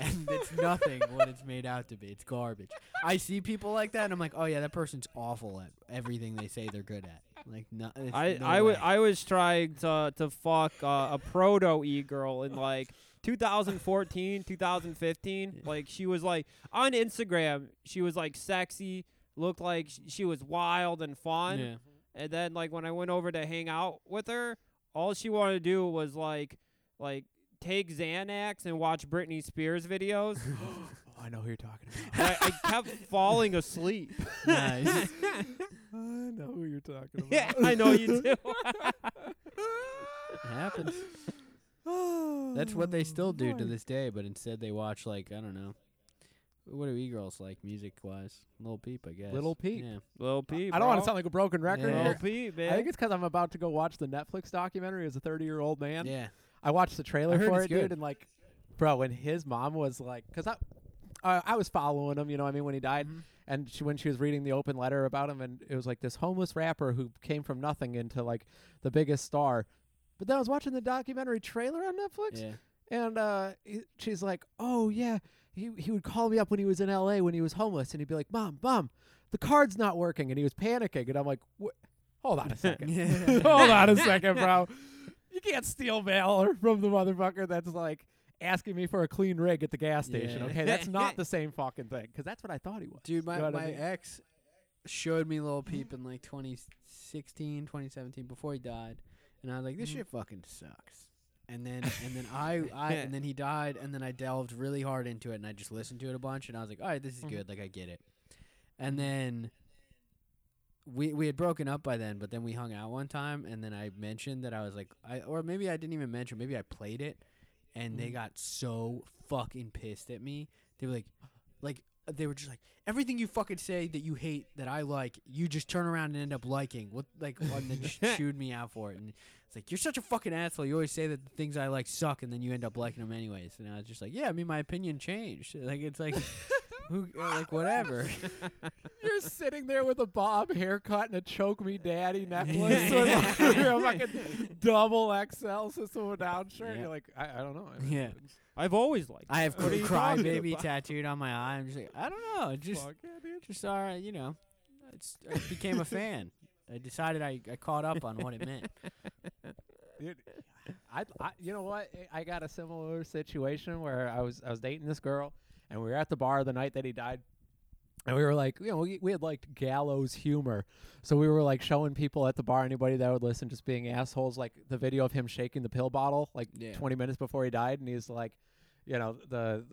and it's nothing what it's made out to be. It's garbage. I see people like that, and I'm like, oh yeah, that person's awful at everything they say they're good at. Like no, it's
I
no
I, wa-
way.
I was trying to to fuck uh, a proto e girl in like 2014, 2015. Like she was like on Instagram, she was like sexy, looked like sh- she was wild and fun.
Yeah.
And then like when I went over to hang out with her, all she wanted to do was like like take Xanax and watch Britney Spears videos.
Oh, I know who you're talking about.
I, I kept falling asleep.
Nice.
I know who you're talking about.
yeah, I know you do.
It happens. That's what they still do to this day, but instead they watch like I don't know. What do e girls like music wise? Little Peep, I guess.
Little Peep.
Yeah.
Little P.
I don't want
bro.
to sound like a broken record.
Yeah.
Little
here.
Well,
P, man.
I think it's because I'm about to go watch the Netflix documentary as a 30 year old man.
Yeah.
I watched the trailer
I heard
for
it's
it, dude,
good.
and like, bro, when his mom was like, because I, uh, I was following him, you know, what I mean, when he died, and she, when she was reading the open letter about him, and it was like this homeless rapper who came from nothing into like the biggest star. But then I was watching the documentary trailer on Netflix,
Yeah.
and uh, he, she's like, "Oh yeah, he he would call me up when he was in L.A. when he was homeless, and he'd be like, Mom, Mom, the card's not working,' and he was panicking, and I'm like, "Wha- Hold on a second, hold on a second, bro. You can't steal mail from the motherfucker that's like." Asking me for a clean rig at the gas station.
Yeah.
Okay, that's not the same fucking thing because that's what I thought he was.
Dude, my,
You know what I
my
mean?
ex showed me Little Peep in like 2016, 2017 before he died, and I was like, "This
Mm-hmm.
shit fucking sucks." And then and then I, I and then he died, and then I delved really hard into it, and I just listened to it a bunch, and I was like, "All right,
Mm-hmm.
this is good. Like I get it." And then we we had broken up by then, but then we hung out one time, and then I mentioned that I was like, I or maybe I didn't even mention, maybe I played it, and
Mm-hmm.
they got so fucking pissed at me. They were like, like they were just like everything you fucking say that you hate that I like, you just turn around and end up liking. What like and then just chewed me out for it, and it's like you're such a fucking asshole. You always say that the things I like suck, and then you end up liking them anyways. And I was just like, yeah, I mean my opinion changed. Like it's like. Who, uh, like whatever.
You're sitting there with a bob haircut and a choke me daddy necklace
Yeah.
with like, a fucking double XL system of down shirt.
Yeah.
You're like, I, I don't know. I
Yeah.
I've always liked.
I have
What are you
cry
talking
baby
about?
tattooed on my eye. I'm just like, I don't know. it Just,
Fuck yeah, dude.
just all right, you know. It's, I became a fan. I decided I, I caught up on what it meant.
Dude, I, I, you know what? I got a similar situation where I was, I was dating this girl, and we were at the bar the night that he died, and we were like, you know, we, we had like gallows humor, so we were like showing people at the bar, anybody that would listen, just being assholes, like the video of him shaking the pill bottle, like
Yeah.
20 minutes before he died, and he's like, you know, the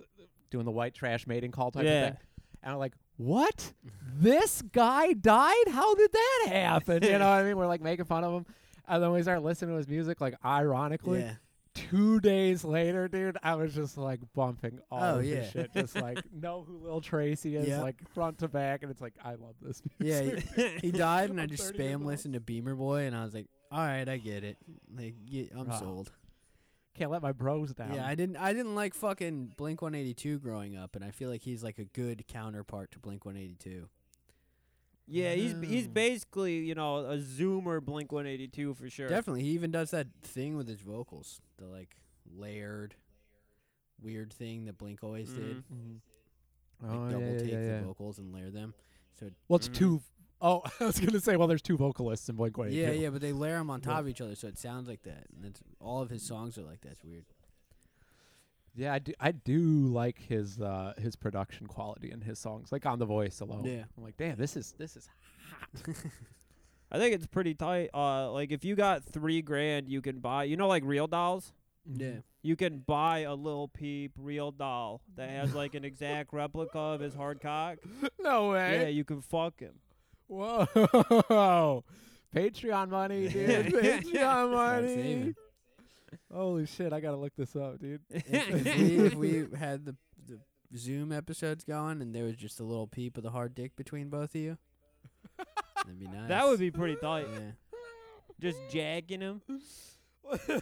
doing the white trash mating call type
Yeah.
of thing. And I'm like, what? This guy died? How did that happen? You know what I mean? We're like making fun of him. And then we start listening to his music, like ironically.
Yeah.
Two days later, dude, I was just like bumping all
Oh,
of
yeah.
his shit. Just like know who Lil Tracy is,
Yeah.
like front to back, and it's like I love this
Yeah,
music.
he, he died, and I
I'm
just
30 years
spam
old.
listened to Beamer Boy, and I was like, all right, I get it. Like, yeah, I'm
Ah,
sold.
Can't let my bros down.
Yeah, I didn't. I didn't like fucking Blink 182 growing up, and I feel like he's like a good counterpart to Blink 182.
Yeah, he's he's
Oh.
basically you know a Zoomer Blink 182 for sure.
Definitely, he even does that thing with his vocals, the like layered, weird thing that Blink always did.
Mhm.
Mhm.
like
Oh, yeah,
double
yeah,
take
yeah, yeah.
the Mm. vocals and layer them. So
Well, it's
Mhm.
two oh I was gonna say, well, there's two vocalists in Blink One Eighty Two.
yeah, yeah, but they layer them on
Yeah.
top of each other, so it sounds like that. And that's all of his songs are like that. It's weird.
Yeah, I do. I do like his uh, his production quality in his songs, like on The Voice alone.
Yeah.
I'm like, damn, this is this is.
I think it's pretty tight. Uh, like if you got three grand, you can buy you know like real dolls.
Yeah,
You can buy a little peep real doll that has like an exact replica of his hard cock.
No
Yeah,
way.
you can fuck him.
Whoa. Patreon money, dude. Patreon
I'm
money.
saving.
Holy shit, I gotta look this up, dude.
if, if we, if we had the the Zoom episodes going, and there was just a little peep of the hard dick between both of you, that'd be nice.
That would be pretty
Yeah.
tight. Just jacking him.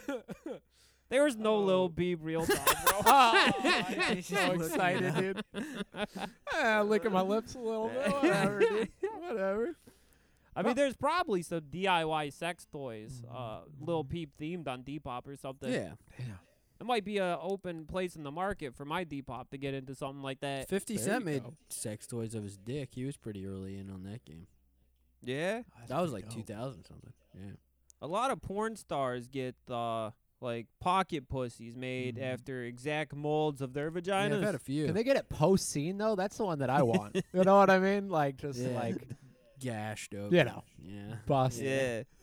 There was no little peep real doll, bro.
I'm so excited, dude. Ah, licking my lips a little bit. Whatever, dude. Whatever.
I mean, there's probably some DIY sex toys, uh, Lil Peep themed on Depop or something.
Yeah,
It might be a open place in the market for my Depop to get into something like that.
Fifty
eh, There
Cent
you
made
go.
sex toys of his dick. He was pretty early in on that game.
Yeah.
That was like two thousand something. Yeah,
A lot of porn stars get uh like pocket pussies made after exact molds of their
yeah
vaginas.
I've had a few.
Can they get it post scene though? That's the one that I want. you know what I mean? Like just
Yeah.
like
gashed open.
you know,
Yeah.
bust.
yeah.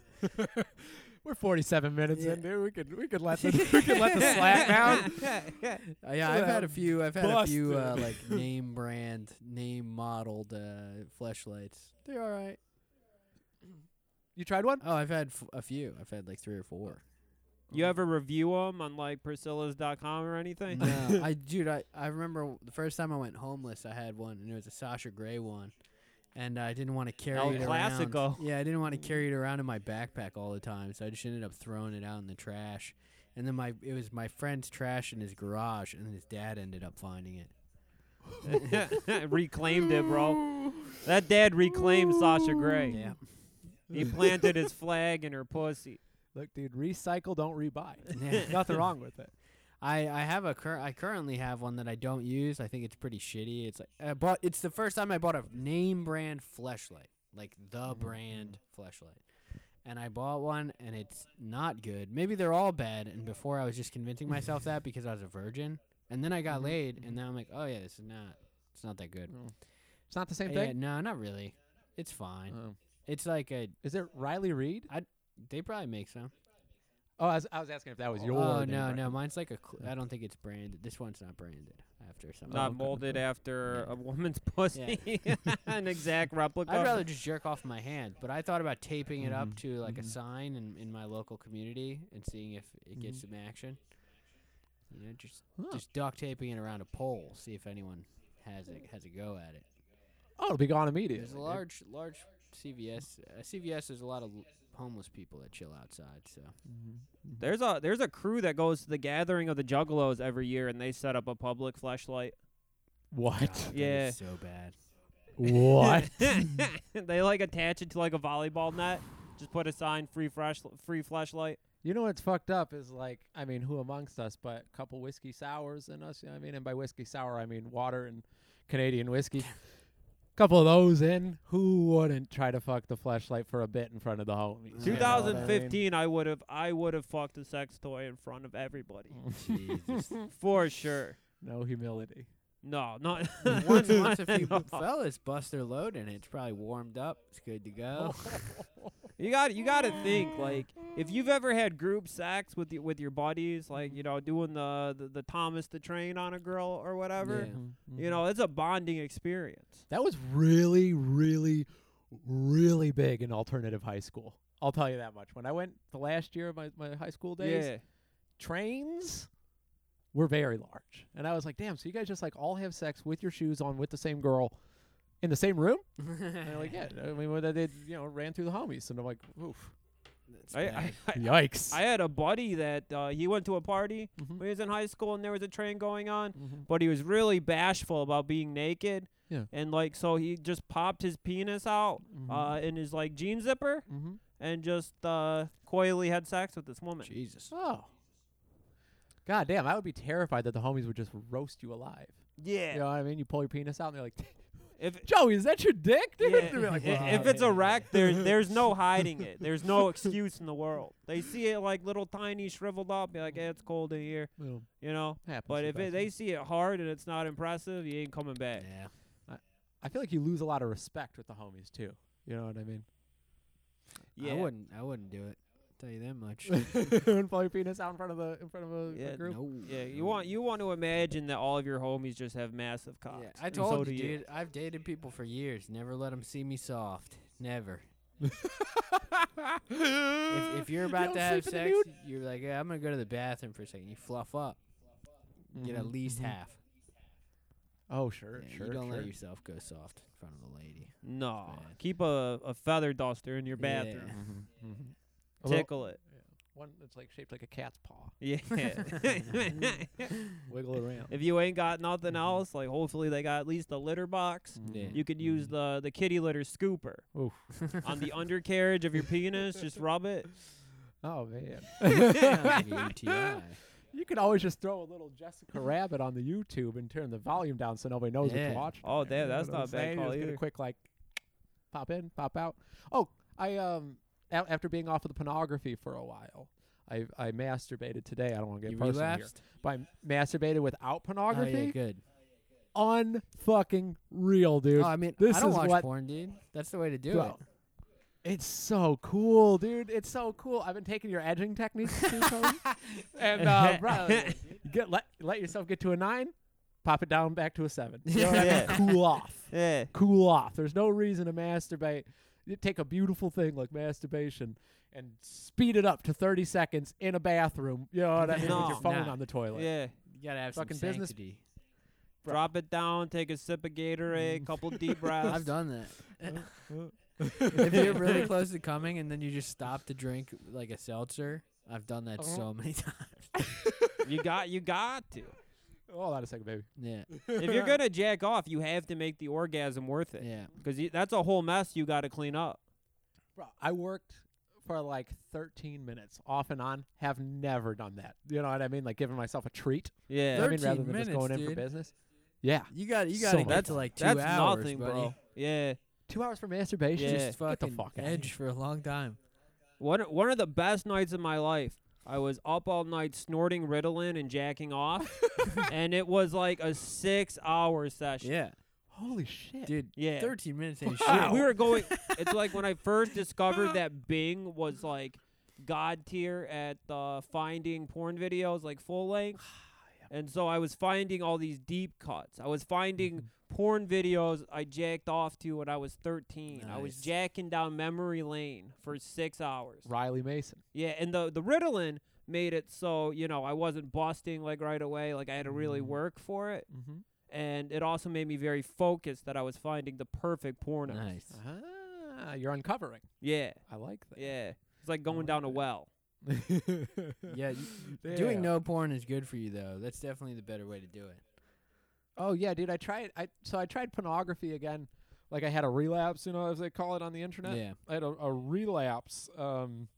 We're 47 minutes
Yeah.
in, dude. We could we could let the we could let the slap down.
Uh, yeah, I've had a
Um,
few. I've had a few uh,
busted.
like name brand, name modeled uh, fleshlights. They're all right.
You tried one?
Oh, I've had f- a few. I've had like three or four.
You ever review 'em on like Priscilla's.com or anything?
No, I dude, I I remember w- the first time I went homeless. I had one, and it was a Sasha Grey one, and I didn't want to carry
El
it
Clasico.
around. Yeah, I didn't want to carry it around in my backpack all the time, so I just ended up throwing it out in the trash. And then my it was my friend's trash in his garage, and his dad ended up finding it.
reclaimed it, bro. That dad reclaimed Sasha Grey.
Yeah,
He planted his flag in her pussy.
Look, dude, recycle, don't rebuy.
yeah.
Nothing wrong with it.
I I have a cur- I currently have one that I don't use. I think it's pretty shitty. It's like I bought. It's the first time I bought a name brand flashlight, like the
Mm.
brand flashlight, and I bought one, and it's not good. Maybe they're all bad. And before I was just convincing myself that because I was a virgin, and then I
Mm-hmm.
got laid, and now I'm like, oh yeah, this is not. It's not that good. Uh,
It's not the same
Yeah,
thing.
no, not really. It's fine.
Oh.
It's like a.
Is it Riley Reed?
They probably make some.
Oh, I was, I was asking if that was your.
oh
name
no,
brand.
no, mine's like a. Cl- I don't think it's branded. This one's not branded after something.
Not molded after a woman's pussy. An exact replica.
I'd rather just jerk off my hand, but I thought about taping it up to like a sign in, in my local community and seeing if it gets some action. You know, just
Huh.
just duct taping it around a pole, see if anyone has a has a go at it.
Oh, it'll be gone immediately.
There's a
dude.
large large CVS. Uh, CVS there's a lot of l- homeless people that chill outside, so
Mm-hmm.
There's a there's a crew that goes to the gathering of the juggalos every year and they set up a public flashlight.
What?
Yeah.
so bad.
what?
they like attach it to like a volleyball net. Just put a sign free fresh free flashlight.
You know what's fucked up is like, I mean, who amongst us but a couple whiskey sours and us, you know what I mean? And by whiskey sour, I mean water and Canadian whiskey. couple of those in, who wouldn't try to fuck the flashlight for a bit in front of the homies? you know what I mean?
2015 I would have I would have fucked a sex toy in front of everybody.
Mm-hmm. Jesus.
For sure.
No humility.
No, not
once, once a
not
few
at all.
fellas bust their load and it's probably warmed up. It's good to
Oh.
go.
You got you got to think like if you've ever had group sex with y with your buddies, like
Mm-hmm.
you know doing the the, the Thomas the Train on a girl or whatever.
Yeah.
Mm-hmm.
You know, it's a bonding experience.
That was really, really, really big in alternative high school. I'll tell you that much. When I went the last year of my, my high school days,
Yeah.
trains were very large. And I was like, damn, so you guys just like all have sex with your shoes on with the same girl in the same room? And they're like, yeah. I mean, well, they, you know, ran through the homies. And I'm like, oof.
That's
I,
bad.
I, I,
Yikes.
I had a buddy that uh, he went to a party
Mhm.
when he was in high school and there was a train going on,
Mhm.
but he was really bashful about being naked.
Yeah.
And like so he just popped his penis out
Mm-hmm.
uh, in his like jean zipper
mm-hmm.
and just uh, coyly had sex with this woman.
Jesus.
Oh. God damn, I would be terrified that the homies would just roast you alive.
Yeah.
You know what I mean? You pull your penis out and they're like,
If
Joey, is that your dick, dude?
Yeah,
They'd be like,
i-
"Wow,
if it's
man."
a wreck, there's there's no hiding it. There's no excuse in the world. They see it like little tiny shriveled up, be like, "Hey, it's cold in here,"
Well,
you know.
happens
But
to
if it,
best
they
men.
see it hard and it's not impressive, you ain't coming back.
Yeah.
I feel like you lose a lot of respect with the homies too. You know what I mean?
Yeah,
I wouldn't. I wouldn't do it. Tell you that much.
and pull your penis out in front of the in front of a,
Yeah,
a group.
No.
yeah. You want you want to imagine that all of your homies just have massive cocks.
Yeah, I
and so
told
do
you, dude. I've dated people for years. Never let 'em see me soft. Never. if, if you're about
don't
to
sleep
have
with
sex,
the
you're like, yeah, I'm gonna go to the bathroom for a second. You fluff up. Get at least half.
Mm-hmm. Oh sure,
Yeah,
sure.
you don't
sure.
let yourself go soft in front of the lady.
No,
Yeah.
keep a, a feather duster in your
Yeah.
bathroom.
Although-
Tickle it.
Mm-hmm. one that's like shaped like a cat's paw.
Yeah.
Wiggle it around.
if you ain't got nothing else, like hopefully they got at least a litter box.
Yeah. Mm-hmm.
You could use the the kitty litter scooper
Oof.
on the undercarriage of your penis. Just rub it.
Oh man.
Sounds like a UTI.
You could always just throw a little Jessica Rabbit on the YouTube and turn the volume down so nobody knows what
Mm-hmm. Yeah.
you're watching.
Oh,
You
damn,
know
that's
what I'm
not a bad
saying? You
call
just get a
either.
quick like, pop in, pop out. Oh, I um, a- after being off of the pornography for a while, I I masturbated today. I don't want to get
You
personal
relapsed?
here, but I masturbated without
Oh yeah,
pornography.
good.
Unfucking real, dude.
Oh, I mean,
this
I don't
is
watch
what
porn, dude. That's the way to do
Bro, It's so cool, dude. It's so cool. I've been taking your edging techniques too, Cody. and uh, bro, get let let yourself get to a nine, pop it down back to a seven. You know what I mean?
Yeah.
Cool off.
Yeah.
Cool off. There's no reason to masturbate. You take a beautiful thing like masturbation and speed it up to 30 seconds in a bathroom. You know what I mean? With
No.
your phone
Nah.
on the toilet.
Yeah.
it. You gotta have
fucking
some
business-
sanctity.
Drop it down. Take a sip of Gatorade. Couple deep breaths.
Mm. I've done that. if you're really close to coming and then you just stop to drink like a seltzer, I've done that
Uh-huh.
so many times.
You got. You got to.
oh, Hold on a second, baby.
Yeah,
If you're gonna jack off, you have to make the orgasm worth it.
yeah.
Because that's a whole mess you got to clean up.
Bro, I worked for like 13 minutes off and on. Have never done that. You know what I mean? Like giving myself a treat.
Yeah.
I mean,
13
rather than just
minutes,
going in for
dude.
business. Yeah,
You got you
So
got to
much
get
fun.
to like two
That's
hours,
nothing,
buddy.
bro. Yeah.
two hours for masturbation.
Yeah.
Just
Just
get the
fucking
fuck out.
edge for a long time.
One one of the best nights of my life. I was up all night snorting Ritalin and jacking off, and it was like a six-hour session.
Yeah,
Holy shit,
dude.
Yeah.
13 minutes ain't
We-
shit.
We were going. It's like when I first discovered that Bing was like god tier at uh, finding porn videos, like full length. And so I was finding all these deep cuts. I was finding
Mm-hmm.
porn videos I jacked off to when I was 13. I was
Nice.
jacking down memory lane for six hours.
Riley Mason.
Yeah, and the the Ritalin made it so you know I wasn't busting like right away. Like I had to
Mm.
really work for it,
Mm-hmm.
and it also made me very focused that I was finding the perfect porno.
nice.
Ah, you're uncovering.
Yeah,
I like that.
yeah. It's like going down a well.
Yeah,
Yeah.
doing no porn is good for you though. That's definitely the better way to do it.
Oh yeah, dude. I tried. I so I tried pornography again. Like I had a relapse, you know, as they call it on the internet.
Yeah.
I had a, a relapse, um,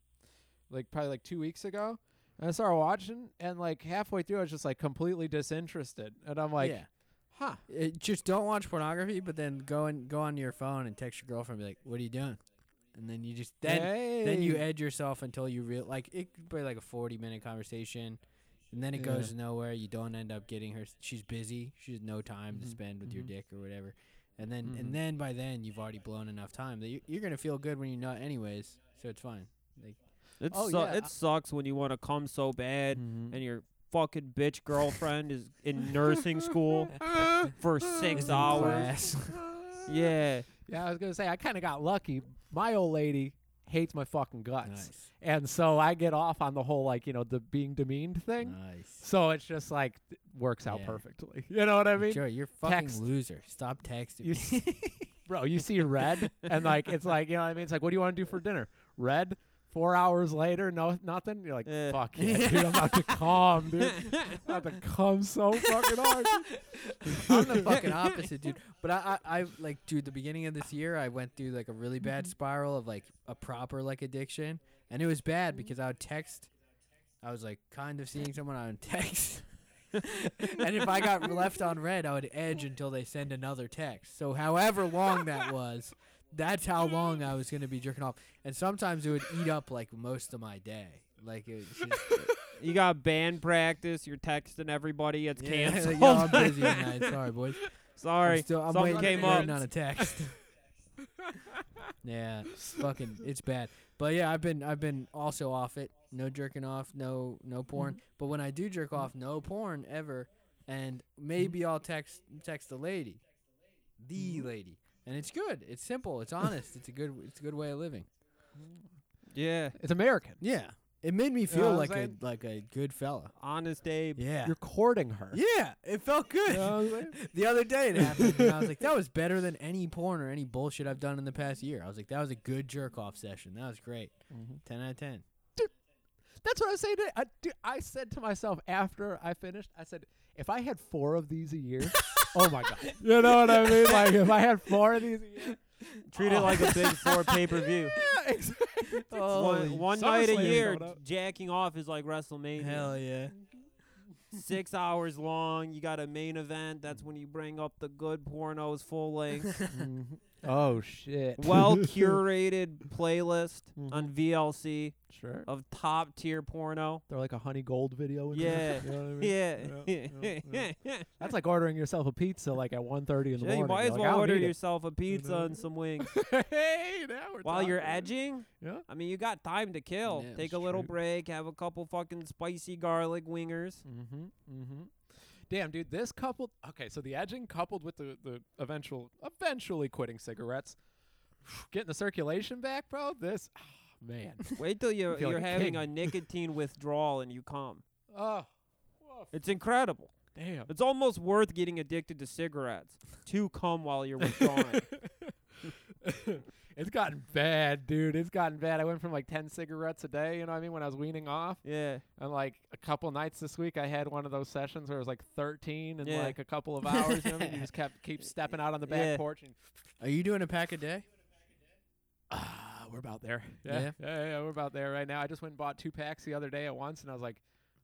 like probably like two weeks ago. And I started watching, and like halfway through, I was just like completely disinterested, and I'm like,
yeah.
huh.
It- just don't watch pornography, but then go and go on your phone and text your girlfriend and be like, "What are you doing?" And then you just then then you
Hey.
edge yourself until you real like it could be like a 40 minute conversation and then it
Yeah.
goes nowhere you don't end up getting her she's busy she has no time
Mm-hmm.
to spend with your dick or whatever and then and then by then you've already blown enough time that you, you're gonna feel good when you're not anyways so it's fine like
It
Oh,
su-
yeah, I-
it sucks when you want to come so bad,
Mm-hmm.
and your fucking bitch girlfriend is in nursing school for six
in
hours.
class.
Yeah,
Yeah, I was gonna say I kind of got lucky. My old lady hates my fucking guts,
Nice.
and so I get off on the whole like you know the being demeaned thing.
nice
So it's just like it works out
Yeah.
perfectly. You know what I mean,
Joey, you're a fucking
text-
loser. Stop texting
You
me.
bro? You see red, and like it's like you know what I mean. It's like what do you want to do for dinner? Red. Four hours later, no nothing. You're like,
Yeah.
fuck yeah, dude. I'm about to calm, dude. I'm about to calm so fucking hard.
I'm the fucking opposite, dude. But I, I, I like, dude. The beginning of this year, I went through like a really bad spiral of like a proper like addiction, and it was bad because I would text. I was like kind of seeing someone on text, and if I got left on red, I would edge until they send another text. So however long that was, that's how long I was gonna be jerking off, and sometimes it would eat up like most of my day. Like it was just,
you got band practice. You're texting everybody. It's
yeah, like,
canceled.
"Yo, I'm busy tonight. Sorry, boys.
Sorry,
I'm still, I'm
something
waiting,
came
waiting
up.
on a text. yeah, it's fucking, it's bad. But yeah, I've been, I've been also off it. No jerking off, no, no porn.
Mm-hmm.
But when I do jerk off, no porn ever. And maybe
Mm-hmm.
I'll text, text the lady, the lady, and it's good. It's simple. It's honest. it's a good, it's a good way of living.
Yeah,
It's American.
Yeah, it made me
know
feel
what I'm
like a,
saying?
like a good fella.
honest Abe.
Yeah.
You're courting her.
yeah, it felt good.
You know what I'm saying?
The other day it happened, and I was like, that was better than any porn or any bullshit I've done in
Mm-hmm.
the past year. I was like, that was a good jerk off session. That was great. 10 out of 10.
That's what I was saying. Today. I, dude, I said to myself after I finished, I said, if I had four of these a year, oh my god, you know what I mean? Like if I had four of these a year,
Treat it like a big
Oh.
four pay per view.
yeah, exactly. Oh.
One, one night a
SummerSlam
year,
coming up.
jacking off is like WrestleMania.
Hell yeah.
Six hours long. You got a main event. That's when you bring up the good pornos, full length,
Oh shit.
well curated playlist on
Mhm.
VLC
sure.
of top tier porno.
They're like a honey gold video. in
Yeah.
there, you know what I mean?
Yeah.
Yeah, yeah, yeah. That's like ordering yourself a pizza like at 1.30 in the
Yeah,
morning.
you might
You're
as
like,
well
"I don't
order
need it."
yourself a pizza
know.
and some wings.
hey, now we're
While you're
talking.
edging,
Yeah.
I mean, you got time to kill.
Yeah, that's
Take a little
true.
break, have a couple fucking spicy garlic wingers.
Mm-hmm. Mm-hmm. Damn, dude, this coupled. Okay, so the edging coupled with the the eventual eventually quitting cigarettes, getting the circulation back, bro. This, ah, man.
Wait till you're,
feel like
you're
a
having
king.
a nicotine withdrawal and you come.
oh,
It's incredible.
damn.
It's almost worth getting addicted to cigarettes to come while you're withdrawing.
it's gotten bad, dude. It's gotten bad. I went from like ten cigarettes a day, you know what I mean, when I was weaning off,
yeah.
and like a couple nights this week, I had one of those sessions where it was like thirteen in
Yeah.
like a couple of hours. you know what I mean? You just kept keep stepping out on the back
Yeah.
porch and
Are you doing a pack a day?
Ah, we're about there.
Yeah.
Yeah. Yeah. yeah, we're about there right now. I just went and bought two packs the other day at once, and I was like,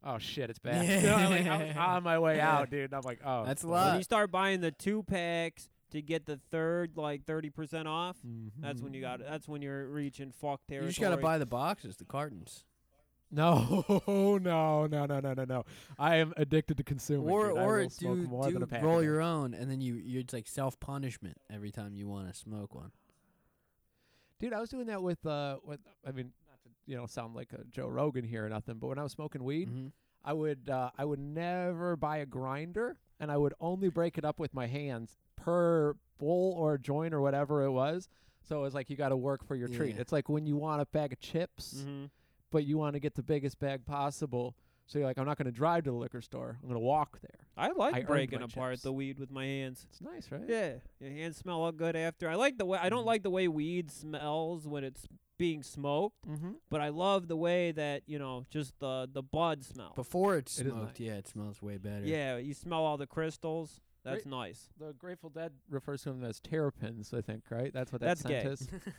"Oh shit, it's bad." You know, like, I was
Yeah.
on my way
Yeah.
out, dude. And I'm like, "Oh,
That's a
fuck."
When
lot.
you start buying the two packs to get the third like 30% off,
Mm-hmm.
that's when you got
Mm.
that's when you're reaching fuck territory.
You just gotta buy the boxes, the cartons,
No, no, no, no, no, no, no. I am addicted to consuming.
or
dude. I
or
will smoke
do,
more than a
do
pack a
roll
day.
your own, and then you you it's like self punishment every time you want to smoke one.
Dude, I was doing that with uh, with I mean, not to you know sound like a Joe Rogan here or nothing, but when I was smoking
Mm-hmm.
weed,
Mhm.
I would uh, I would never buy a grinder, and I would only break it up with my hands per bowl or joint or whatever it was. So it was like you got to work for your treat.
Yeah.
It's like when you want a bag of chips,
hmm
but you want to get the biggest bag possible. So you're like, I'm not going to drive to the liquor store. I'm going to walk there.
I
I
like
earned
breaking
my
apart
chips.
the weed with my hands.
It's nice, right?
Yeah, your hands smell all good after. I like the way I don't
Mm-hmm.
like the way weed smells when it's being smoked,
Mm-hmm.
but I love the way that you know just the the bud smell.
Before it's
It is
smoked, yeah, it smells way better.
Yeah, you smell all the crystals. That's
Great.
nice.
The Grateful Dead refers to them as terrapins, I think, right? That's what that
That's gay.
scent is.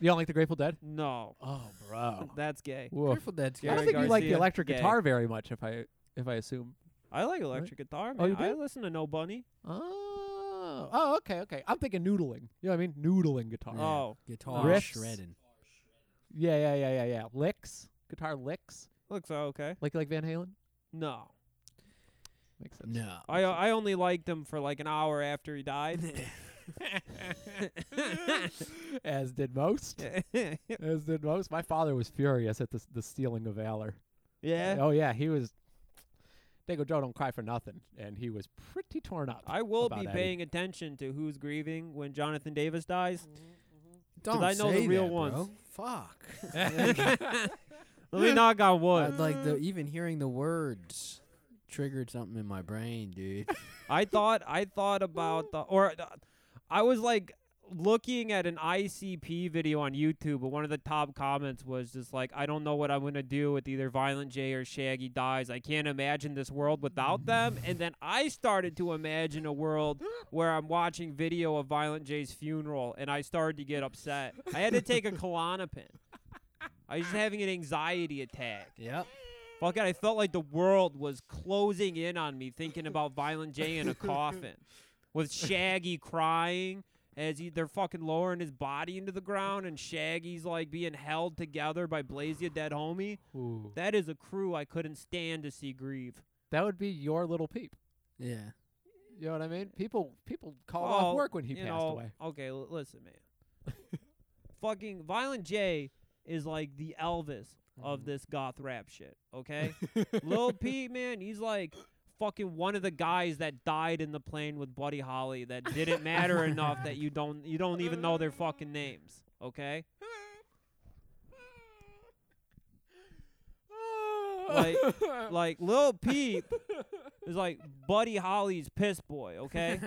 you don't like the Grateful Dead?
No,
Oh, bro.
that's gay.
Woof.
Grateful Dead's
I don't
Gary
think you like the
Garcia,
electric
gay.
guitar very much, if I if I assume.
I like electric guitar.
Oh,
Man.
you
I
do?
listen to No Bunny.
Oh, oh, okay, okay. I'm thinking noodling. You know what I mean? Noodling guitar.
Yeah.
Oh,
guitar
Riffs.
shredding.
Yeah, yeah, yeah, yeah, yeah. Licks, guitar licks,
looks okay.
like like Van Halen.
No,
Makes sense.
No.
I I only liked him for like an hour after he died.
As did most. As did most. My father was furious at the the stealing of valor.
yeah,
Oh yeah, he was. Dago Joe don't cry for nothing, and he was pretty torn up.
I will
about
be
Eddie.
paying attention to who's grieving when Jonathan Davis dies.
Mm.
Don't
I know the
say
real
that,
ones.
bro. Fuck.
Let me knock on wood.
I'd like
Uh.
the even hearing the words triggered something in my brain, dude.
I thought I thought about the or uh, I was like looking at an ICP video on YouTube, and one of the top comments was just like, "I don't know what I'm gonna do with either Violent J or Shaggy dies. I can't imagine this world without them." And then I started to imagine a world where I'm watching video of Violent J's funeral, and I started to get upset. I had to take a Klonopin. I was just having an anxiety attack.
yep.
Fuck it, I felt like the world was closing in on me thinking about Violent J in a coffin with Shaggy crying as he, they're fucking lowering his body into the ground and Shaggy's like being held together by Blaze your dead homie.
Ooh.
That is a crew I couldn't stand to see grieve.
That would be your little peep.
Yeah.
You know what I mean? People people called off
Well,
work when he
you
passed
know,
away.
Okay, l- listen, man. fucking Violent J is like the Elvis of
Mm-hmm.
this goth rap shit, okay? Lil Pete, man, he's like fucking one of the guys that died in the plane with Buddy Holly that didn't matter enough that you don't you don't even know their fucking names, okay? Like like Lil Peep is like Buddy Holly's piss boy, okay?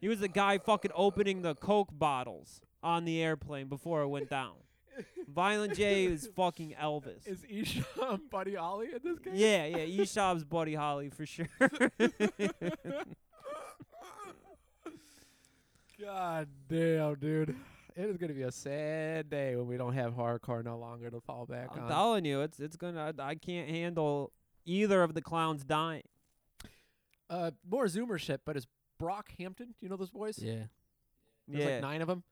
He was the guy fucking opening the Coke bottles on the airplane before it went down. Violent J is fucking Elvis.
Is Isham Buddy Holly in this game?
Yeah, yeah, Eshaub's Buddy Holly for sure.
God damn, dude. It is gonna be a sad day when we don't have hardcore no longer to fall back
I'm
on.
telling you, it's it's gonna. I, I can't handle either of the clowns dying.
uh, more Zoomer shit, but is Brock Hampton? Do you know those boys?
Yeah.
There's
yeah,
like nine of them.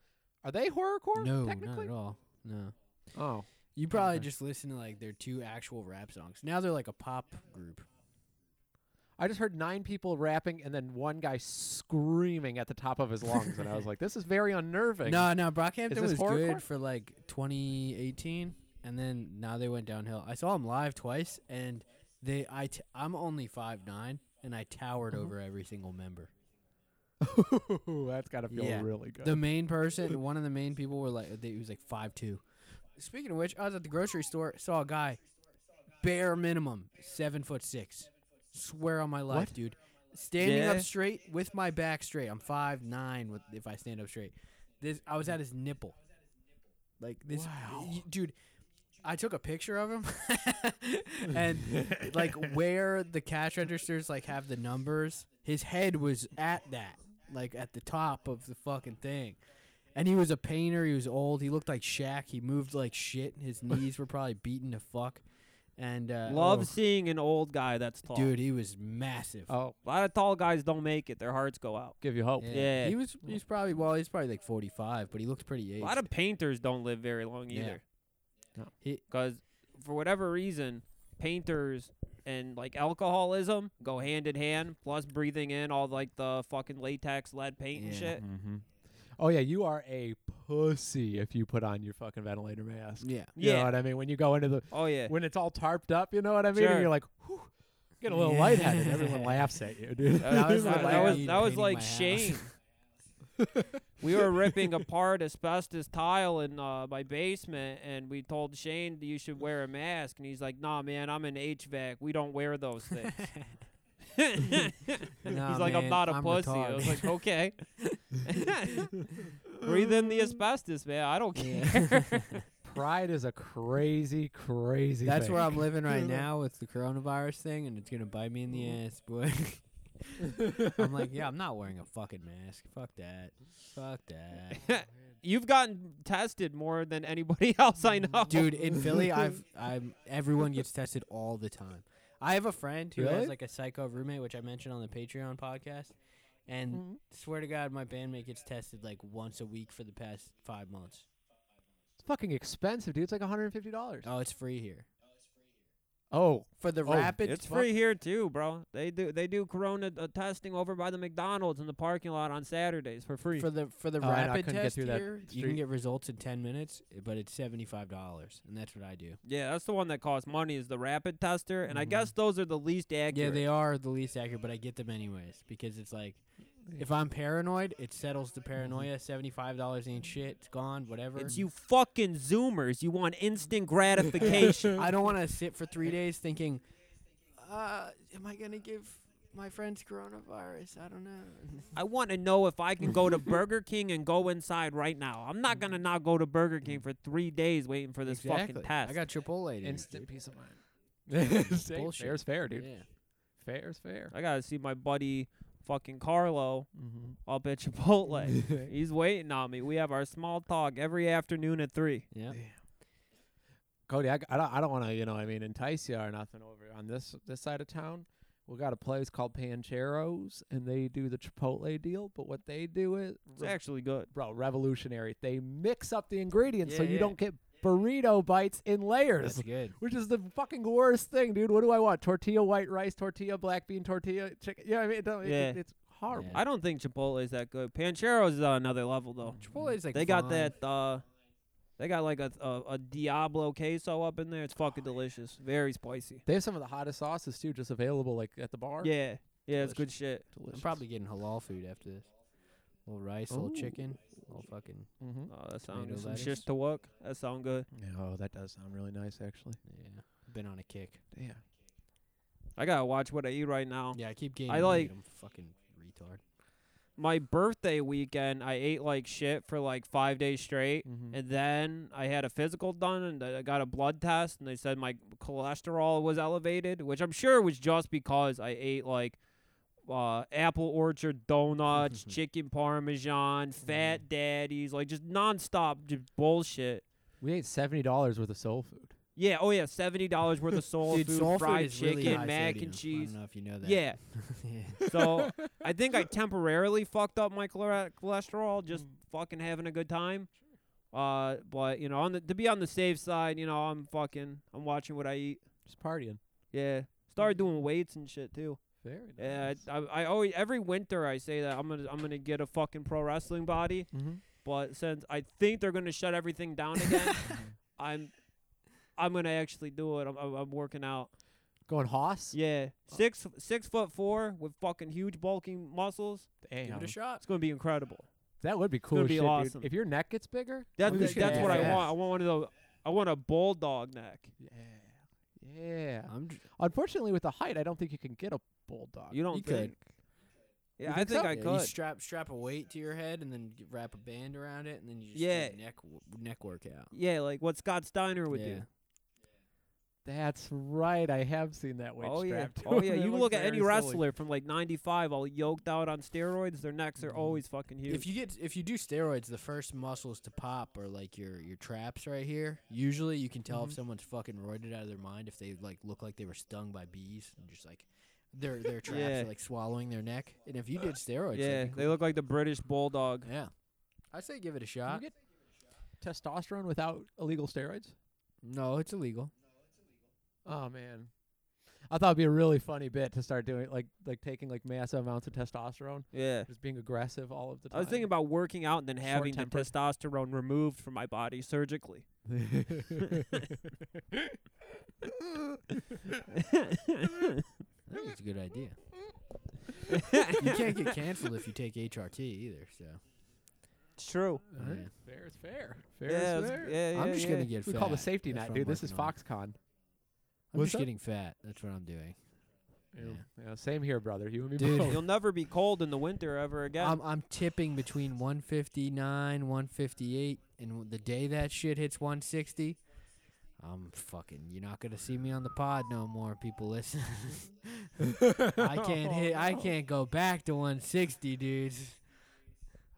Are they horrorcore?
No, not
technically.
at all. No.
Oh,
You probably
Okay.
just listen to like their two actual rap songs. Now they're like a pop group.
I just heard nine people rapping and then one guy screaming at the top of his lungs, and I was like, "This is very unnerving."
No, no, Brockhampton
this
was
horrorcore?
good for like 2018, and then now they went downhill. I saw them live twice, and they I t- I'm only five nine, and I towered over every single member.
that's gotta feel
Yeah.
really good.
The main person, one of the main people, were like they, he was like five two. Speaking of which, I was at the grocery store, saw a guy, bare minimum seven foot six. Swear on my life,
What?
dude. Standing
Yeah.
up straight with my back straight. I'm five nine with if I stand up straight. This I was at his nipple. Like this, y- dude. I took a picture of him, and like where the cash registers like have the numbers, his head was at that, like at the top of the fucking thing. And he was a painter. He was old. He looked like Shaq. He moved like shit. His knees were probably beaten to fuck. And uh,
love seeing an old guy that's tall.
dude. He was massive.
oh,
a lot of tall guys don't make it; their hearts go out.
give you hope.
yeah.
he was. He's probably well. He's probably like forty five, but he looked pretty aged.
A lot of painters don't live very long
Yeah.
either.
No.
He-
Because for whatever reason, painters and like alcoholism go hand in hand. Plus breathing in all like the fucking latex lead paint and
Yeah.
shit.
Mm-hmm. Oh yeah, you are a pussy if you put on your fucking ventilator mask.
yeah.
You know
Yeah.
what I mean? When you go into the
Oh yeah.
when it's all tarped up, you know what I mean?
Sure.
And you're like, whew, get a little
Yeah.
lightheaded. Everyone laughs at you, dude.
That was
that,
like
that was
me
that was
painting
like
my house.
shame. we were ripping apart asbestos tile in uh, my basement, and we told Shane you should wear a mask, and he's like, "Nah, man, I'm an HVAC. We don't wear those things."
Nah,
he's like,
man,
"I'm not a
I'm
pussy." I was
retarded.
like, "Okay." Breathe in the asbestos, man. I don't
Yeah.
care.
Pride is a crazy, crazy.
That's
thing.
where I'm living right now with the coronavirus thing, and it's gonna bite me in
Mm-hmm.
the ass, boy. I'm like, yeah, I'm not wearing a fucking mask. Fuck that. Fuck that.
You've gotten tested more than anybody else I know,
dude in philly i've i'm everyone gets tested all the time i have a friend who
Really?
has like a psycho roommate which i mentioned on the patreon podcast and
Mm-hmm.
swear to god my bandmate gets tested like once a week for the past five months
It's fucking expensive, dude. It's like 150 dollars.
oh it's free here
Oh,
for the
Oh,
rapid
It's
fuck-
free here too, bro. They do they do corona uh, testing over by the McDonald's in the parking lot on Saturdays for free.
for the for the
Oh, I know, I
rapid
couldn't get
test
through that
here you
street.
can get results in 10 minutes but it's $75 and that's what i do
yeah, that's the one that costs money is the rapid tester, and I guess those are the least accurate.
Mm-hmm. yeah they are the least accurate but i get them anyways because it's like if i'm paranoid it settles the paranoia $75 ain't shit it's gone whatever
It's you fucking zoomers. You want instant gratification.
I don't want to sit for three days thinking, uh, am I gonna give my friends coronavirus? I don't know.
I want to know if I can go to Burger King and go inside right now. I'm not gonna not go to Burger King for three days waiting for this fucking test.
Mm. I got Chipotle. Today,
instant
dude.
peace of mind. Same.
Bullshit.
Fair's fair, dude.
Yeah.
Fair's fair.
I gotta see my buddy fucking Carlo up at Chipotle. He's waiting on me. We have our small talk every afternoon at three.
Yeah.
Cody, I, g- I don't, I don't want to, you know, I mean, entice you or nothing over on this this side of town. We got a place called Pancheros, and they do the Chipotle deal. But what they do is,
It's actually good.
bro, revolutionary. They mix up the ingredients so
Yeah,
you
yeah.
don't get burrito bites in layers,
That's good.
which is the fucking worst thing, dude. What do I want? Tortilla, white rice, tortilla, black bean, tortilla, chicken. Yeah, I mean, it, don't- it-
Yeah.
it's horrible.
I don't think Chipotle is that good. Pancheros is on another level though.
Chipotle's like
they got
fine.
that. uh They got like a, a a Diablo queso up in there. It's fucking delicious. Very spicy.
They have some of the hottest sauces too, just available like at the bar.
Yeah, yeah, it's good shit.
Delicious.
I'm probably getting halal food after this. little rice, little
Ooh.
chicken, little fucking.
Mm-hmm.
Oh, that sounds
Tomato
good. Some
lettuce.
shish to work. That sound good.
Oh, that does sound really nice, actually.
Yeah. Been on a kick.
Yeah.
I gotta watch what I eat right now.
Yeah, I keep gaining.
like-
weight. I'm a fucking retard.
my birthday weekend, I ate like shit for like five days straight,
Mhm.
and then I had a physical done, and I I got a blood test, and they said my cholesterol was elevated, which I'm sure was just because I ate like uh, apple orchard donuts, chicken parmesan,
Mm.
fat daddies, like just nonstop just bullshit.
We ate seventy dollars worth of soul food.
Yeah, oh yeah, seventy dollars worth of soul
Dude,
food,
soul food
fried
is
chicken,
really high
mac
sodium.
and cheese.
I don't know if you know that.
Yeah,
Yeah.
so I think I temporarily fucked up my chlor- cholesterol just fucking having a good time. Uh, but you know, on the to be on the safe side, you know, I'm fucking, I'm watching what I eat.
Just partying.
Yeah, started doing weights and shit too.
Very nice.
Yeah, I, I, I always every winter I say that I'm gonna I'm gonna get a fucking pro wrestling body,
Mhm.
but since I think they're gonna shut everything down again, I'm I'm gonna actually do it. I'm I'm, I'm working out.
Going Haas.
Yeah, six six foot four with fucking huge bulking muscles.
Damn.
shot.
It's gonna be incredible.
That would be cool.
gonna
as
be
shit, dude.
awesome.
If your neck gets bigger.
That's
we
the,
should
that's
do
what I
that.
want. I want one of those. I want a bulldog neck.
Yeah. Yeah.
I'm dr-
Unfortunately, with the height, I don't think you can get a bulldog.
You don't
You
think?
could.
Yeah,
You
I
think
think
so?
I
yeah, You
could.
strap strap a weight to your head and then g- wrap a band around it and then you just
Yeah.
do a neck w- neck workout.
Yeah, like what Scott Steiner would
yeah.
do.
That's right. I have seen that weight
Oh yeah.
strapped. to
Oh
him.
yeah.
That
You
looked
look at any
very silly.
wrestler from like '95, all yoked out on steroids. Their necks are always fucking huge.
If you get if you do steroids, the first muscles to pop are like your your traps right here. Usually, you can tell
Mm-hmm.
if someone's fucking roided out of their mind if they like look like they were stung by bees and just like their their traps
Yeah. Uh,
are like swallowing their neck. And if you did steroids, that'd
yeah,
be cool.
they look like the British bulldog.
yeah. I say give it a
Can you
shot.
get testosterone without illegal steroids?
no, it's illegal.
Oh man. I thought it'd be a really funny bit to start doing like like taking like massive amounts of testosterone,
Yeah.
just being aggressive all of the time.
I was thinking about working out and then having the
Short-tempered.
testosterone removed from my body surgically.
I think it's a good idea. you can't get canceled if you take HRT either. So
It's true.
Alright.
Oh, yeah.
fair is fair.
Yeah,
Fair is
it's-
fair.
yeah, yeah.
I'm just
yeah.
gonna get
We
fat.
call the safety
That's
net,
what
dude.
I'm
This is
working on.
FoxCon.
I'm
What's
just
up?
getting fat. That's what I'm doing. Yeah.
Yeah, same here, brother. You and me
Dude.
both.
You'll never be cold in the winter ever again.
I'm I'm tipping between 159, 158, and w- the day that shit hits 160, I'm fucking. You're not gonna see me on the pod no more. People listen. I can't hit. I can't go back to 160, dudes.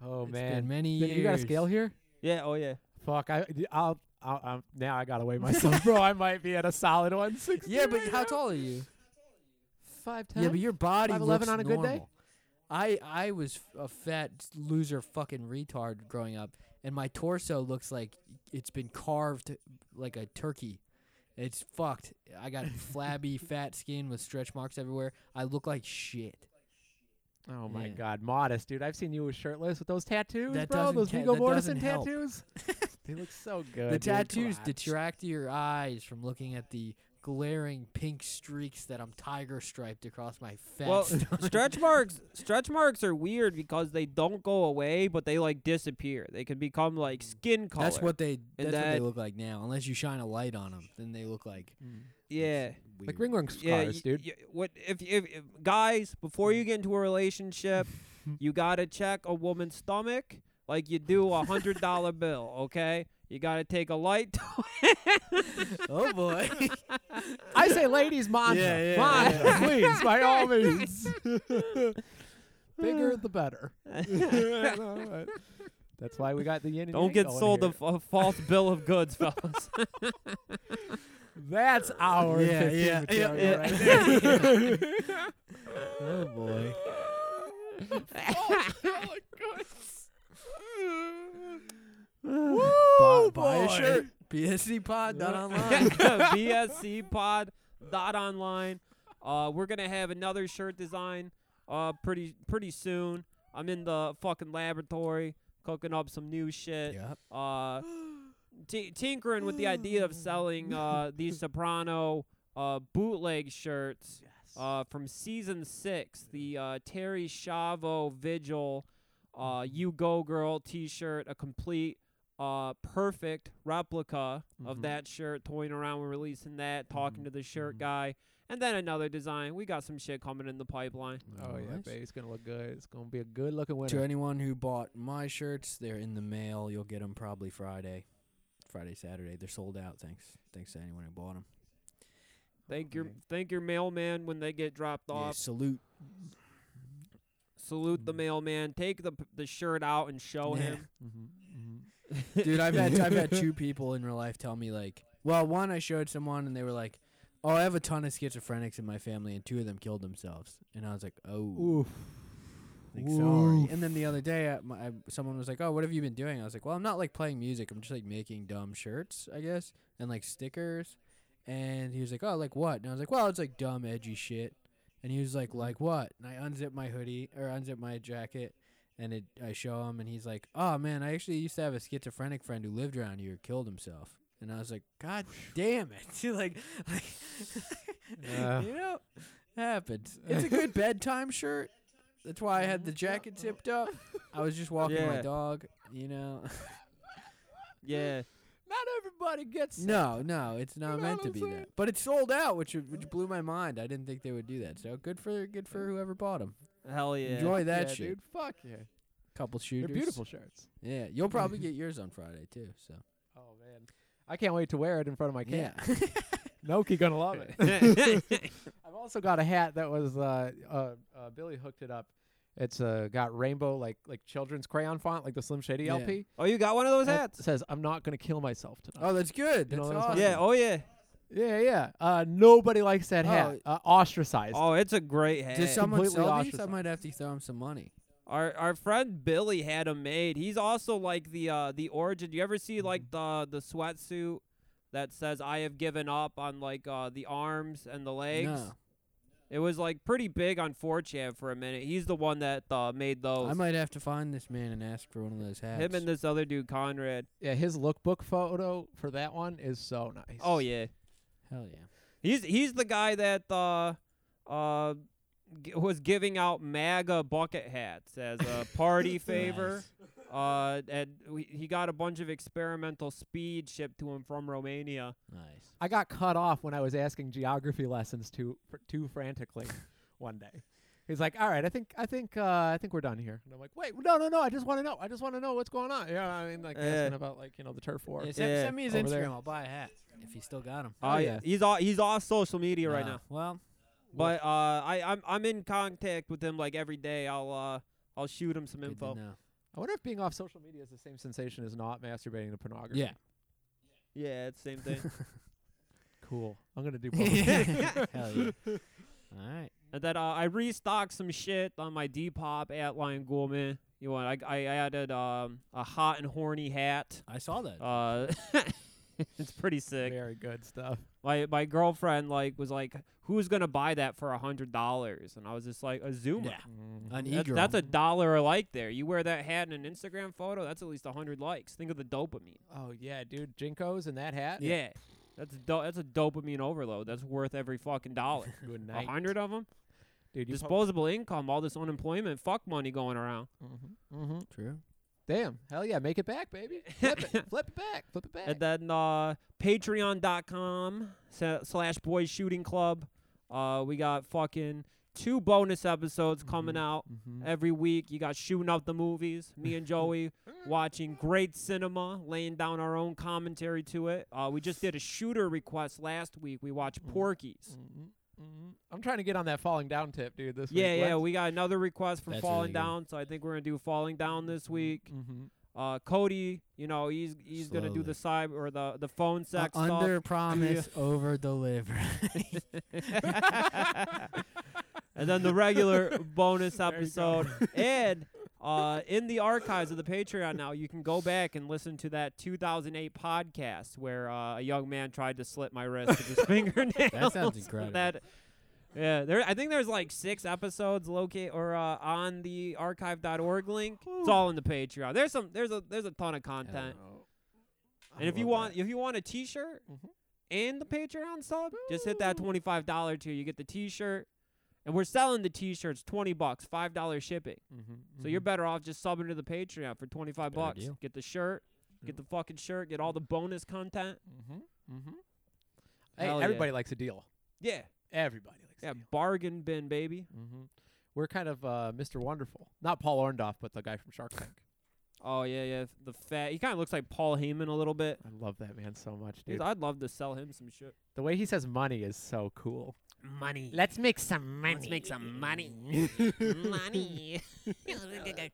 Oh
It's
man,
been many
Then
years.
you got a scale here?
yeah. Oh yeah.
Fuck, I, d- I'll, I'll, I'm, now I gotta weigh myself, bro. I might be at a solid 160.
Yeah, but how tall are you?
Five
Yeah, but your body
5'11"
looks
on a good day?
normal. I I was f- a fat loser fucking retard growing up, and my torso looks like it's been carved like a turkey. It's fucked. I got flabby, fat skin with stretch marks everywhere. I look like shit.
oh my
Yeah.
god, modest, dude. I've seen you with shirtless with those tattoos,
That
bro.
doesn't
Those
ca-
Viggo
that
Mortensen
doesn't help.
tattoos. they look so good.
the
dude.
tattoos
Relax.
detract your eyes from looking at the glaring pink streaks that I'm tiger striped across my fat
Well,
stomach.
stretch marks stretch marks are weird because they don't go away, but they like disappear. They can become like skin color.
That's what they.
And
That's what they
that-
look like now. Unless you shine a light on them, then they look like
Hmm.
Yeah.
like ringworm scars,
Yeah, y-
dude.
y- what if, if if guys before you get into a relationship, you gotta check a woman's stomach like you do a hundred dollar bill. Okay, you gotta take a light. to
oh boy.
I say, ladies, Monza,
Yeah, yeah,
Monza, please, by all means. Bigger the better. That's why we got the yin and
Don't
yang
get
going
sold a,
here.
f- a false bill of goods, fellas.
That's our
Yeah,
15
yeah,
material
yeah.
right there.
oh boy. Woo, buy, a shirt. BSC pod dot online.
BSC Pod dot online. Uh, we're gonna have another shirt design uh pretty pretty soon. I'm in the fucking laboratory cooking up some new shit.
Yep.
Uh, t- tinkering with the idea of selling uh these Soprano uh bootleg shirts
Oh,
uh from season six, the uh Terry Shavo Vigil uh
Mm-hmm.
You Go Girl t shirt, a complete uh
Mm-hmm. Mm-hmm.
perfect replica of that shirt, toying around with releasing that, talking to the shirt guy. And then another design. We got some shit coming in the pipeline.
Oh yeah,
Nice.
babe, it's gonna look good. It's gonna be a good looking
To
winner.
anyone who bought my shirts, they're in the mail. You'll get them probably Friday, Friday, Saturday. They're sold out. Thanks, thanks to anyone who bought them.
Thank your thank your mailman when they get dropped
Yeah,
off.
salute.
Salute the mailman. Take the p- the shirt out and show
Mm-hmm. Yeah.
him.
Mm-hmm,
dude i've had i've had two people in real life tell me like well one i showed someone and they were like oh i have a ton of schizophrenics in my family and two of them killed themselves and i was like oh
Oof.
like, sorry and then the other day I, my, I, someone was like oh what have you been doing i was like well i'm not like playing music i'm just like making dumb shirts i guess and like stickers and he was like oh like what and i was like well it's like dumb edgy shit and he was like like what and i unzipped my hoodie or unzipped my jacket and it, I show him, and he's like, "Oh man, I actually used to have a schizophrenic friend who lived around here, killed himself." And I was like, "God damn it!" like, like
Yeah.
you know, happens. It's a good bedtime shirt. That's why I had the jacket zipped up. I was just walking my
Yeah.
dog. You know,
Yeah.
Not everybody gets.
no, no, it's not
know
meant
what
to
I'm
be
saying?
that. But it sold out, which which blew my mind. I didn't think they would do that. So good for good for whoever bought them.
Hell yeah.
Enjoy that
yeah,
shit.
dude. Fuck yeah.
Couple
They're
shooters.
beautiful shirts.
Yeah, you'll probably get yours on Friday too. So
Oh man, I can't wait to wear it in front of my kid.
yeah.
Noki gonna love it. I've also got a hat that was uh, uh, uh, Billy hooked it up. It's uh, got rainbow like like children's crayon font, like the Slim Shady
Yeah.
LP.
oh, you got one of those
That
hats?
says I'm not gonna kill myself tonight.
Oh, that's good.
You
That's
know, that's
awesome.
one-
Yeah. Oh yeah.
Uh, Yeah, yeah. Uh, nobody likes that
Oh,
hat.
it-
Uh, ostracized.
Oh, it's a great hat.
Did someone
completely
sell these? I
ostracized.
might have to throw him some money.
Our our friend Billy had him made. He's also like the uh the origin. You ever see like
Mm-hmm.
the the sweatsuit that says I have given up on like uh the arms and the legs?
No,
It was like pretty big on 4chan for a minute. He's the one that uh made
Oh,
those.
I might have to find this man and ask for one of those hats.
Him and this other dude Conrad.
Yeah, his lookbook photo for that one is so nice.
Oh yeah.
Hell yeah!
He's he's the guy that uh uh g- was giving out MAGA bucket hats as a party favor. Uh, and we, he got a bunch of experimental speed shipped to him from Romania.
Nice.
I got cut off when I was asking geography lessons too fr- too frantically one day. He's like, "All right, I think I think uh, I think we're done here." And I'm like, "Wait, no, no, no! I just want to know. I just want to know what's going on." Yeah, I mean, like asking
Yeah.
about like you know the turf war.
Yeah, send,
Yeah,
send me his
over
Instagram.
there.
I'll buy a hat if he still got him.
Oh
yeah.
he's off he's off social media right now.
Well,
But uh, I I'm I'm in contact with him like every day. I'll uh I'll shoot him some
good to
info.
know.
I wonder if being off social media is the same sensation as not masturbating to pornography.
Yeah.
Yeah, it's same thing.
cool. I'm gonna do both.
Hell yeah! All right.
and then uh, I restocked some shit on my Depop at Lion Gourmet. You want I I added um a hot and horny hat.
I saw that.
Uh, it's pretty sick.
Very good stuff.
My my girlfriend like was like, "Who's gonna buy that for a hundred dollars?" And I was just like, "A Zoomer."
Yeah.
Mm.
An
That's,
eagle.
that's a dollar a like there. You wear that hat in an Instagram photo, that's at least a 100 likes. Think of the dopamine.
Oh yeah, dude, Jinkos and that hat.
Yeah. That's do- that's a dopamine overload. That's worth every fucking dollar.
Good
A
night,
100 of them?
dude. You po-
Disposable income, all this unemployment, fuck money going around.
mm-hmm, mm-hmm.
true.
Damn, hell yeah, make it back, baby. Flip it, flip it back, flip it back.
And then uh, patreon.com sa- slash boys shooting club. Uh, we got fucking two bonus episodes coming
Mm-hmm.
out
Mm-hmm.
every week. You got shooting up the movies. Me and Joey watching great cinema, laying down our own commentary to it. Uh, we just did a shooter request last week. We
Mm.
watched Porky's.
Mm-hmm. I'm trying to get on that falling down tip, dude. This
Yeah,
week.
yeah. We got another request for
That's
Falling
really good. Mm.
Down, so I think we're gonna do Falling Down this week.
mm-hmm.
Uh, Cody, you know, he's he's gonna do
Slowly.
the cyber or the the phone sex
Uh,
stuff.
under promise, over deliver.
and then the regular bonus episode. And uh, in the archives of the Patreon now, you can go back and listen to that 2008 podcast where uh, a young man tried to slit my wrist with his fingernails.
That sounds incredible.
That- yeah, there. I think there's like six episodes locate or uh, on the archive.org link. It's all in the Patreon. There's some. There's a. There's a ton of content. And if you want, if you want a T-shirt
Mm-hmm.
Mhm.
and the Patreon sub, just hit that twenty-five dollar tier. You get the T-shirt, and we're selling the T-shirts twenty bucks, five dollar shipping.
mm-hmm.
So you're better off just subbing to the Patreon for twenty-five
Better
bucks.
deal.
Get the shirt, get the
Mm.
fucking shirt, get all the bonus content.
Mm-hmm. Mm-hmm. Hey,
Hell yeah.
everybody likes a deal.
Yeah,
Everybody likes
Yeah,
Neil.
bargain bin, baby.
Mm-hmm. We're kind of uh, Mr. Wonderful. Not Paul Orndorff, but the guy from Shark Tank.
Oh yeah, yeah. The fat. He kind of looks like Paul Heyman a little bit.
I love that man so much,
Dude,
dude.
I'd love to sell him some shit.
The way he says money is so cool.
Money.
Let's make some money.
Let's make some money. money.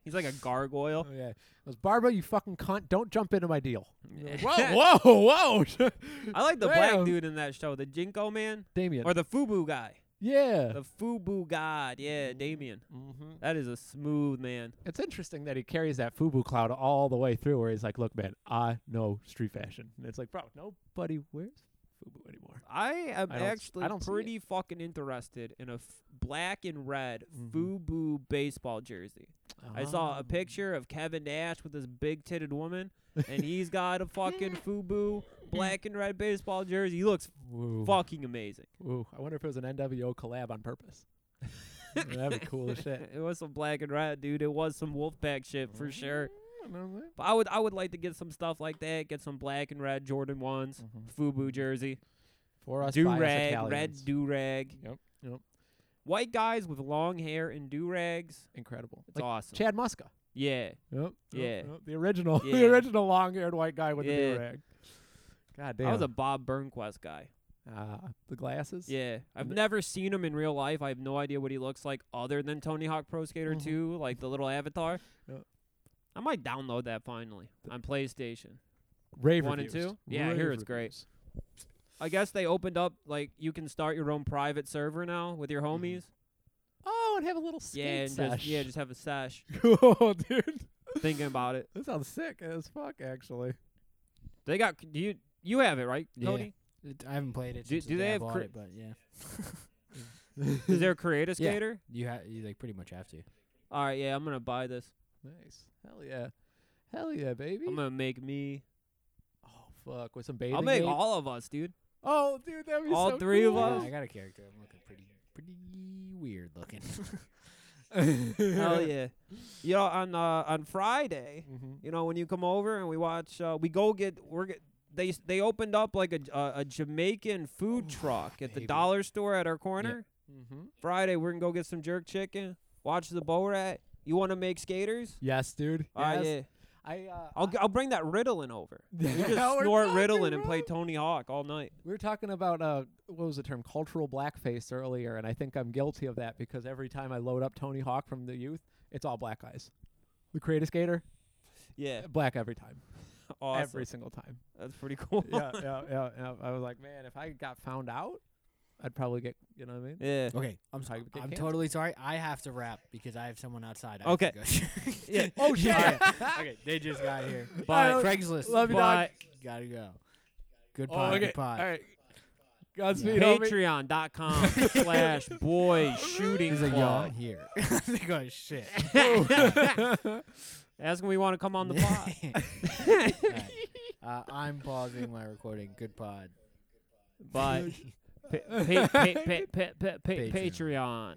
He's like a gargoyle.
Oh, yeah. It was, Barbara, you fucking cunt. Don't jump into my deal.
Yeah.
whoa, whoa, whoa.
I like the black
Damn.
dude in that show, the Jinko man
Damien.
or the Fubu guy.
yeah.
The Fubu god, yeah, Damien.
Mm-hmm.
That is a smooth man.
It's interesting that he carries that FUBU cloud all the way through where he's like, look, man, I know street fashion. And it's like, bro, nobody wears FUBU anymore.
I am
I don't s- I
actually
don't see it.
pretty fucking interested in a f- black and red
Mhm.
Fubu baseball jersey. I saw
Ah.
a picture of Kevin Nash with this big titted woman, and he's got a fucking Fubu black and red baseball jersey. He looks
Ooh.
fucking amazing.
Ooh, I wonder if it was an NWO collab on purpose. That'd be cool as shit.
it was some black and red, dude. It was some Wolfpack shit for sure.
You know what I'm saying?
But I would I would like to get some stuff like that. Get some black and red Jordan ones, Fubu jersey,
For us,
Mm-hmm. do
biased
rag,
Italians.
red do rag.
Yep, yep.
White guys with long hair and do rags.
incredible.
It's
Like
awesome.
Chad Muska.
yeah,
Yep,
yep, Yeah.
the original,
the Yeah.
the original long-haired white guy with
the
the
Yeah.
do-rag. God damn.
I was a Bob Burnquist guy.
the glasses.
Yeah, I've
N-
never seen him in real life. I have no idea what he looks like other than Tony Hawk Pro Skater
Mhm.
2, like the little avatar.
Yeah.
I might download that finally on PlayStation.
Rave
One and
reviews.
two? Yeah, I hear it's great.
reviews.
I guess they opened up like you can start your own private server now with your homies.
Oh, and have a little Mm-hmm. skate
Yeah, and
sesh.
just yeah, just have a sesh.
cool, dude.
thinking about it,
That sounds sick as fuck, actually.
they got do you you have it right,
Yeah.
Cody?
It- I haven't played it.
Do-
Since
do
the
they
day I
have
bought
cri-
it, but yeah,
Is there a creator
Yeah.
skater?
you ha- you like pretty much have to.
All right, yeah, I'm gonna buy this.
Nice. Hell yeah. Hell yeah, baby.
I'm gonna make me.
oh fuck, with some bathing.
I'll make
ape?
all of us, dude.
Oh, dude, that'd be
all
so
three of
cool.
us.
I got a character. I'm looking pretty pretty weird looking.
Hell yeah! You know, on uh, on Friday,
Mhm.
you know, when you come over and we watch, uh, we go get we're get, they s- they opened up like a J- uh, a Jamaican food truck at the
baby.
dollar store at our corner.
Mhm.
Friday, we're gonna go get some jerk chicken. Watch the bow rat. You want to make skaters?
Yes, dude.
All right,
yes.
yeah.
I uh,
I'll g- I'll bring that Ritalin over. We just
Now we're
snort
talking,
Ritalin and
bro.
play Tony Hawk all night.
We were talking about uh, what was the term, cultural blackface earlier, and I think I'm guilty of that because every time I load up Tony Hawk from the youth, it's all black guys. The creative skater,
Yeah,
black every time,
awesome.
every single time.
That's pretty cool.
yeah, yeah, yeah, yeah. I was like, man, if I got found out, I'd probably get, you know what I mean?
yeah.
okay, I'm
How
sorry.
you get
I'm
canceled.
totally sorry. I have to wrap because I have someone outside. I have
Okay.
to go.
Yeah.
Oh shit!
Yeah. okay, they just got here.
Bye.
Bye. Craigslist.
Love you,
Bye.
dog.
Gotta go. Good
Oh,
pod.
okay.
Good pod.
All right. Godspeed, homie.
Patreon.com slash boy shooting
He's like, yo, I'm
club.
here. they go, shit.
Ask when we want to come on the pod.
Alright. Uh, I'm pausing my recording. Good pod.
but pa- pa- pa- pa- pa- pa- pa-
Patreon.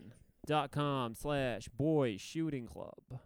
Patreon.com slash boy shooting club.